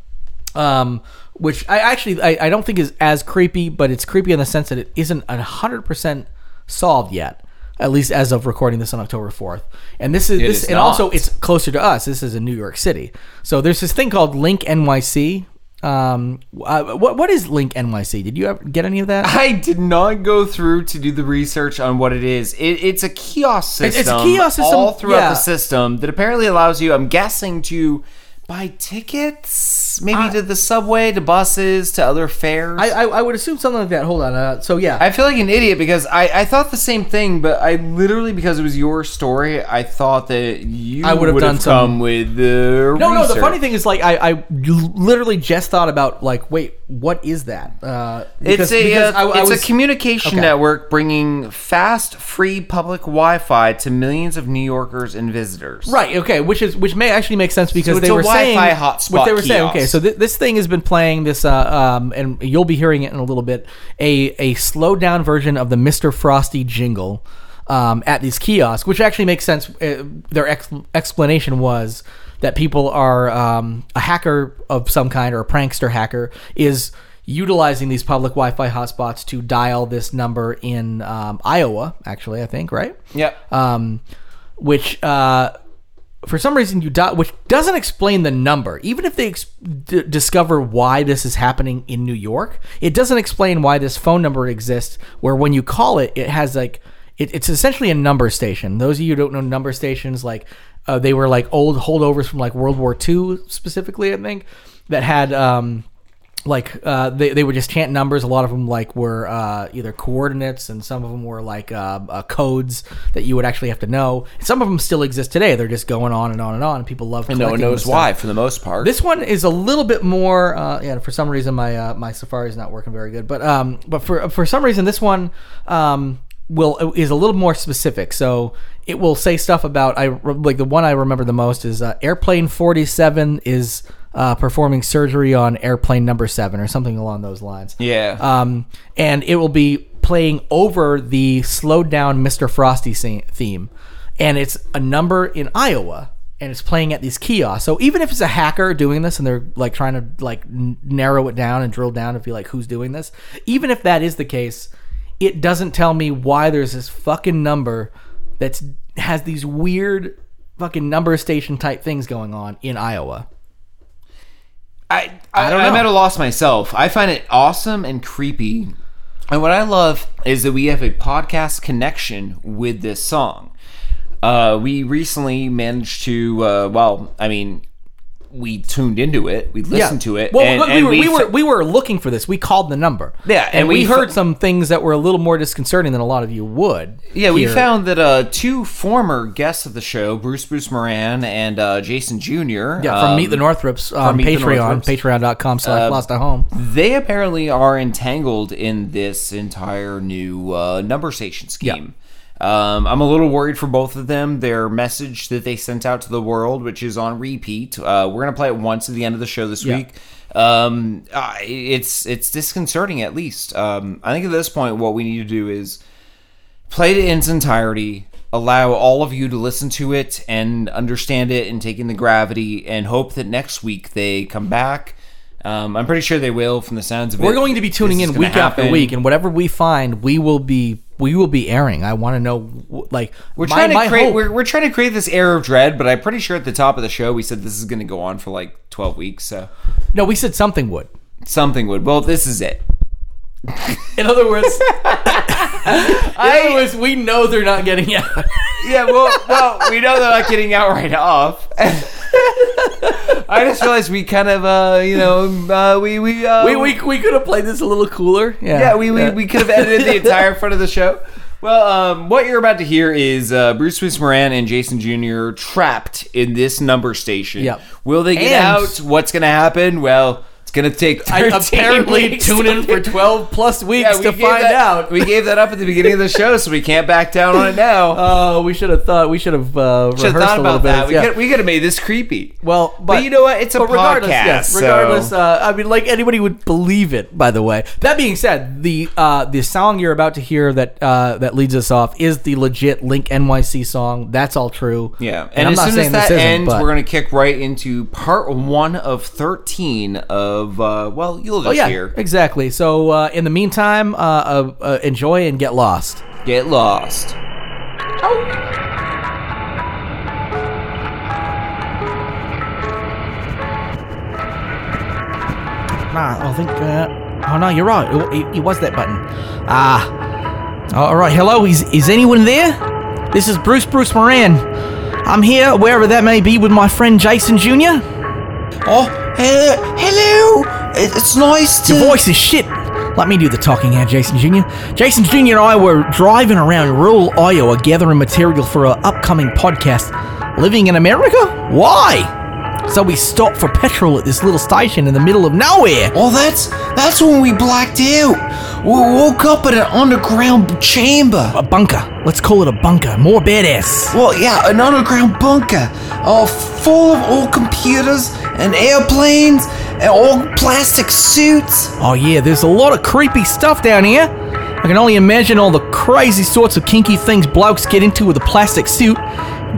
Speaker 2: um, which I actually I, I don't think is as creepy, but it's creepy in the sense that it isn't hundred percent solved yet, at least as of recording this on October fourth. And this is this,
Speaker 1: is
Speaker 2: and
Speaker 1: not.
Speaker 2: also it's closer to us. This is in New York City, so there's this thing called Link NYC. Um, uh, what what is Link NYC? Did you ever get any of that?
Speaker 1: I did not go through to do the research on what it is. It, it's a kiosk
Speaker 2: It's-
Speaker 1: system.
Speaker 2: it's a kiosk system,
Speaker 1: all throughout
Speaker 2: yeah.
Speaker 1: the system that apparently allows you. I'm guessing to buy tickets, maybe to the subway, to buses, to other fares.
Speaker 2: I, I I would assume something like that. Hold on. Uh, so yeah,
Speaker 1: I feel like an idiot because I, I thought the same thing, but I literally because it was your story, I thought that you
Speaker 2: I would have done
Speaker 1: come
Speaker 2: some-
Speaker 1: with the
Speaker 2: No, no. The
Speaker 1: research.
Speaker 2: funny thing is, like, I, I literally just thought about, like, wait, what is that? Uh,
Speaker 1: It's
Speaker 2: because-
Speaker 1: a
Speaker 2: because
Speaker 1: uh,
Speaker 2: I- I
Speaker 1: it's
Speaker 2: was-
Speaker 1: a communication
Speaker 2: Okay.
Speaker 1: network bringing fast, free public Wi-Fi to millions of New Yorkers and visitors.
Speaker 2: right. Okay, which is which may actually make sense because
Speaker 1: it's a
Speaker 2: they were saying
Speaker 1: Wi-Fi hotspot
Speaker 2: what they were saying.
Speaker 1: kiosk.
Speaker 2: Okay, so th- this thing has been playing this, uh, um, and you'll be hearing it in a little bit. A a slowed down version of the Mister Frosty jingle. Um, at these kiosks, which actually makes sense. Uh, their ex- explanation was that people are um, a hacker of some kind or a prankster hacker is utilizing these public Wi-Fi hotspots to dial this number in um, Iowa. Actually, I think right
Speaker 1: Yep.
Speaker 2: um, which uh, for some reason you di- which doesn't explain the number. Even if they ex- d- discover why this is happening in New York, it doesn't explain why this phone number exists. Where when you call it, it has like it, it's essentially a number station. Those of you who don't know number stations, like uh, they were like old holdovers from like World War II specifically, I think, that had. Um, like uh, they, they would just chant numbers a lot of them like were uh, either coordinates and some of them were like uh, uh, codes that you would actually have to know some of them still exist today they're just going on and on and on people love
Speaker 1: no one
Speaker 2: collecting
Speaker 1: knows
Speaker 2: this
Speaker 1: why,
Speaker 2: stuff.
Speaker 1: for the most part.
Speaker 2: this one is a little bit more uh, yeah for some reason my uh, my safari is not working very good but um but for for some reason this one um will is a little more specific so it will say stuff about i re- like the one i remember the most is uh, airplane 47 is uh, performing surgery on airplane number seven or something along those lines
Speaker 1: yeah.
Speaker 2: um, and it will be playing over the slowed down Mr. Frosty se- theme, and it's a number in Iowa, and it's playing at these kiosks. So even if it's a hacker doing this, and they're like trying to like n- narrow it down and drill down to be like who's doing this, even if that is the case, it doesn't tell me why there's this fucking number that's has these weird fucking number station type things going on in Iowa.
Speaker 1: I, I,
Speaker 2: don't
Speaker 1: I'm
Speaker 2: know.
Speaker 1: at a loss myself. I find it awesome and creepy. And what I love is that we have a podcast connection with this song. Uh, we recently managed to, uh, well, I mean, we tuned into it, we listened to it.
Speaker 2: Well,
Speaker 1: and,
Speaker 2: we,
Speaker 1: and
Speaker 2: were, we, were
Speaker 1: fe-
Speaker 2: we were looking for this. We called the number.
Speaker 1: Yeah,
Speaker 2: and,
Speaker 1: and
Speaker 2: we,
Speaker 1: we
Speaker 2: heard
Speaker 1: fo-
Speaker 2: some things that were a little more disconcerting than a lot of you would.
Speaker 1: Yeah, we
Speaker 2: hear.
Speaker 1: found that uh, two former guests of the show, Bruce Bruce Moran and uh, Jason Jr.
Speaker 2: yeah from
Speaker 1: um,
Speaker 2: Meet the Northrops on
Speaker 1: Meet the Uh,
Speaker 2: Patreon,
Speaker 1: Northrops.
Speaker 2: patreon.com slash lost at home.
Speaker 1: they apparently are entangled in this entire new uh, number station scheme. Um, I'm a little worried for both of them. Their message that they sent out to the world, which is on repeat, uh, we're gonna play it once at the end of the show this
Speaker 2: Yeah.
Speaker 1: week. Um, uh, it's it's disconcerting at least. Um, I think at this point, what we need to do is played it in its entirety allow all of you to listen to it and understand it and take in the gravity and hope that next week they come back um, i'm pretty sure they will from the sounds of it
Speaker 2: We're going to be tuning
Speaker 1: This
Speaker 2: in
Speaker 1: is gonna
Speaker 2: week after
Speaker 1: happen.
Speaker 2: week, and whatever we find, we will be we will be airing. I want to know, w- like,
Speaker 1: we're
Speaker 2: my-
Speaker 1: trying
Speaker 2: my
Speaker 1: to create
Speaker 2: hope-
Speaker 1: we're, we're trying to create this air of dread but i'm pretty sure at the top of the show we said this is going to go on for like 12 weeks so
Speaker 2: no, we said something would.
Speaker 1: something would well this is it
Speaker 2: In other words, in other words, we know they're not getting out.
Speaker 1: yeah well well we know they're not getting out right off I just realized we kind of, uh, you know, uh, we we uh,
Speaker 2: we we, we could have played this a little cooler. Yeah,
Speaker 1: Yeah, we, we, we could have edited the entire front of the show. Well, um, what you're about to hear is uh, Bruce Willis Moran and Jason Jr. trapped in this number station.
Speaker 2: Yep.
Speaker 1: Will they get
Speaker 2: And-
Speaker 1: out? What's going to happen? Well, it's going to take.
Speaker 2: I
Speaker 1: 13
Speaker 2: apparently
Speaker 1: weeks
Speaker 2: tune in for twelve plus weeks
Speaker 1: Yeah, we
Speaker 2: to
Speaker 1: gave
Speaker 2: find
Speaker 1: that-
Speaker 2: out.
Speaker 1: We gave that up at the beginning of the show, so we can't back down on it now.
Speaker 2: Oh, we should have thought. We should have uh, rehearsed
Speaker 1: should have thought
Speaker 2: a little
Speaker 1: about
Speaker 2: bit.
Speaker 1: that. We
Speaker 2: Yeah.
Speaker 1: could we could have made this creepy.
Speaker 2: well, but,
Speaker 1: you know what? It's a
Speaker 2: but regardless,
Speaker 1: podcast,
Speaker 2: Yes,
Speaker 1: so-
Speaker 2: regardless, uh, I mean, like anybody would believe it. By the way, that being said, the uh, the song you're about to hear that uh, that leads us off is the legit Link NYC song. That's all true.
Speaker 1: Yeah, and,
Speaker 2: and, I'm
Speaker 1: as
Speaker 2: not
Speaker 1: soon
Speaker 2: saying
Speaker 1: as that
Speaker 2: this isn't,
Speaker 1: ends,
Speaker 2: but-
Speaker 1: we're gonna kick right into part one of thirteen of uh, well, you'll just
Speaker 2: Oh yeah,
Speaker 1: hear
Speaker 2: exactly. So uh, in the meantime, uh, uh, uh, enjoy and get lost.
Speaker 1: get lost.
Speaker 2: Nah, I think. Uh, oh no, you're right. It, it- it was that button. Ah. all right. Hello. Is is anyone there? This is Bruce Bruce Moran. I'm here, wherever that may be, with my friend Jason Jr.
Speaker 4: Oh, uh, hello. It- It's nice to.
Speaker 2: Your voice is shit. Let me do the talking here, Jason Jr. Jason Jr. and I were driving around rural Iowa gathering material for our upcoming podcast, Living in America? Why? So we stopped for petrol at this little station in the middle of nowhere.
Speaker 4: Oh, that's that's when we blacked out. We woke up in an underground chamber.
Speaker 2: A bunker. Let's call it a bunker. More badass.
Speaker 4: Well, yeah, an underground bunker, all full of old computers and airplanes and old plastic suits.
Speaker 2: Oh, yeah, there's a lot of creepy stuff down here. I can only imagine all the crazy sorts of kinky things blokes get into with a plastic suit.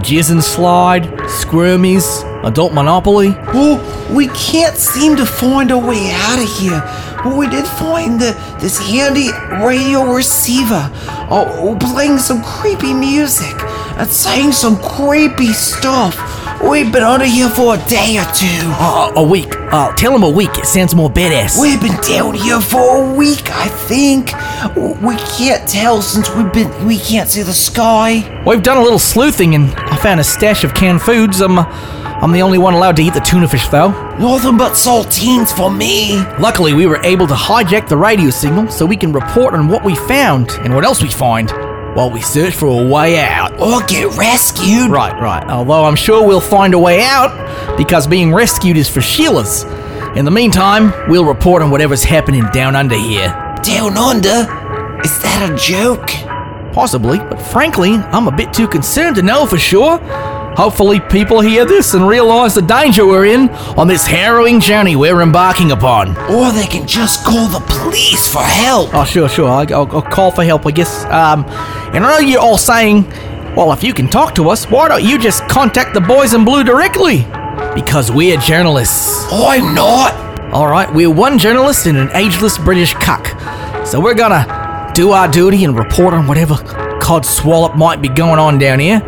Speaker 2: Jizz and slide, squirmies, adult monopoly.
Speaker 4: Well, we can't seem to find our way out of here. But we did find the, this handy radio receiver. Oh, we're playing some creepy music and saying some creepy stuff. We've been under here for a day or two.
Speaker 2: Uh, a week. Uh, tell him a week. It sounds more badass.
Speaker 4: We've been down here for a week, I think. We can't tell since we've been we can't see the sky.
Speaker 2: We've done a little sleuthing and I found a stash of canned foods. I'm, uh, I'm the only one allowed to eat the tuna fish, though.
Speaker 4: Nothing but saltines for me.
Speaker 2: Luckily, we were able to hijack the radio signal so we can report on what we found and what else we find while we search for a way out.
Speaker 4: Or get rescued.
Speaker 2: Right, right. Although I'm sure we'll find a way out because being rescued is for Sheila's. In the meantime, we'll report on whatever's happening down under here.
Speaker 4: Down under? Is that a joke?
Speaker 2: Possibly, but frankly, I'm a bit too concerned to know for sure. Hopefully, people hear this and realize the danger we're in on this harrowing journey we're embarking upon.
Speaker 4: Or they can just call the police for help.
Speaker 2: Oh, sure, sure. I- I'll, I'll call for help, I guess. Um, and I know you're all saying, well, if you can talk to us, why don't you just contact the boys in blue directly? Because we're journalists.
Speaker 4: I'm not.
Speaker 2: All right, we're one journalist and an ageless British cuck. So we're gonna do our duty and report on whatever codswallop might be going on down here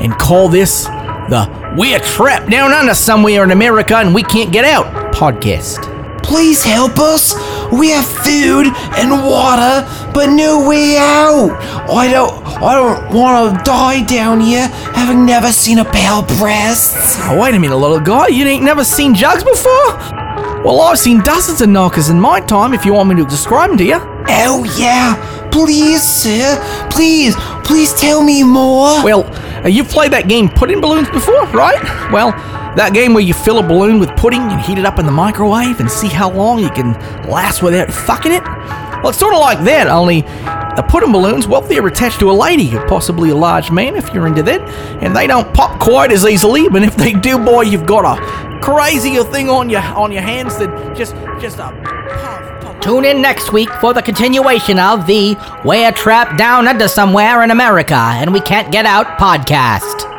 Speaker 2: and call this the We're Trapped Down Under Somewhere in America and We Can't Get Out podcast.
Speaker 4: Please help us. We have food and water, but no way out. I don't I don't wanna die down here having never seen a pale breast.
Speaker 2: Oh, wait a minute, little guy. You ain't never seen jugs before? Well, I've seen dozens of knockers in my time if you want me to describe them to you.
Speaker 4: Oh yeah, please, sir, please, please tell me more.
Speaker 2: Well, uh, you've played that game Pudding Balloons before, right? Well, that game where you fill a balloon with pudding and heat it up in the microwave and see how long you can last without fucking it? Well, it's sort of like that, only The pudding balloons, well, they're attached to a lady, possibly a large man if you're into that, and they don't pop quite as easily. But if they do, boy, you've got a crazier thing on your on your hands than just just a puff. puff.
Speaker 5: Tune in next week for the continuation of the We're Trapped Down Under Somewhere in America and We Can't Get Out podcast.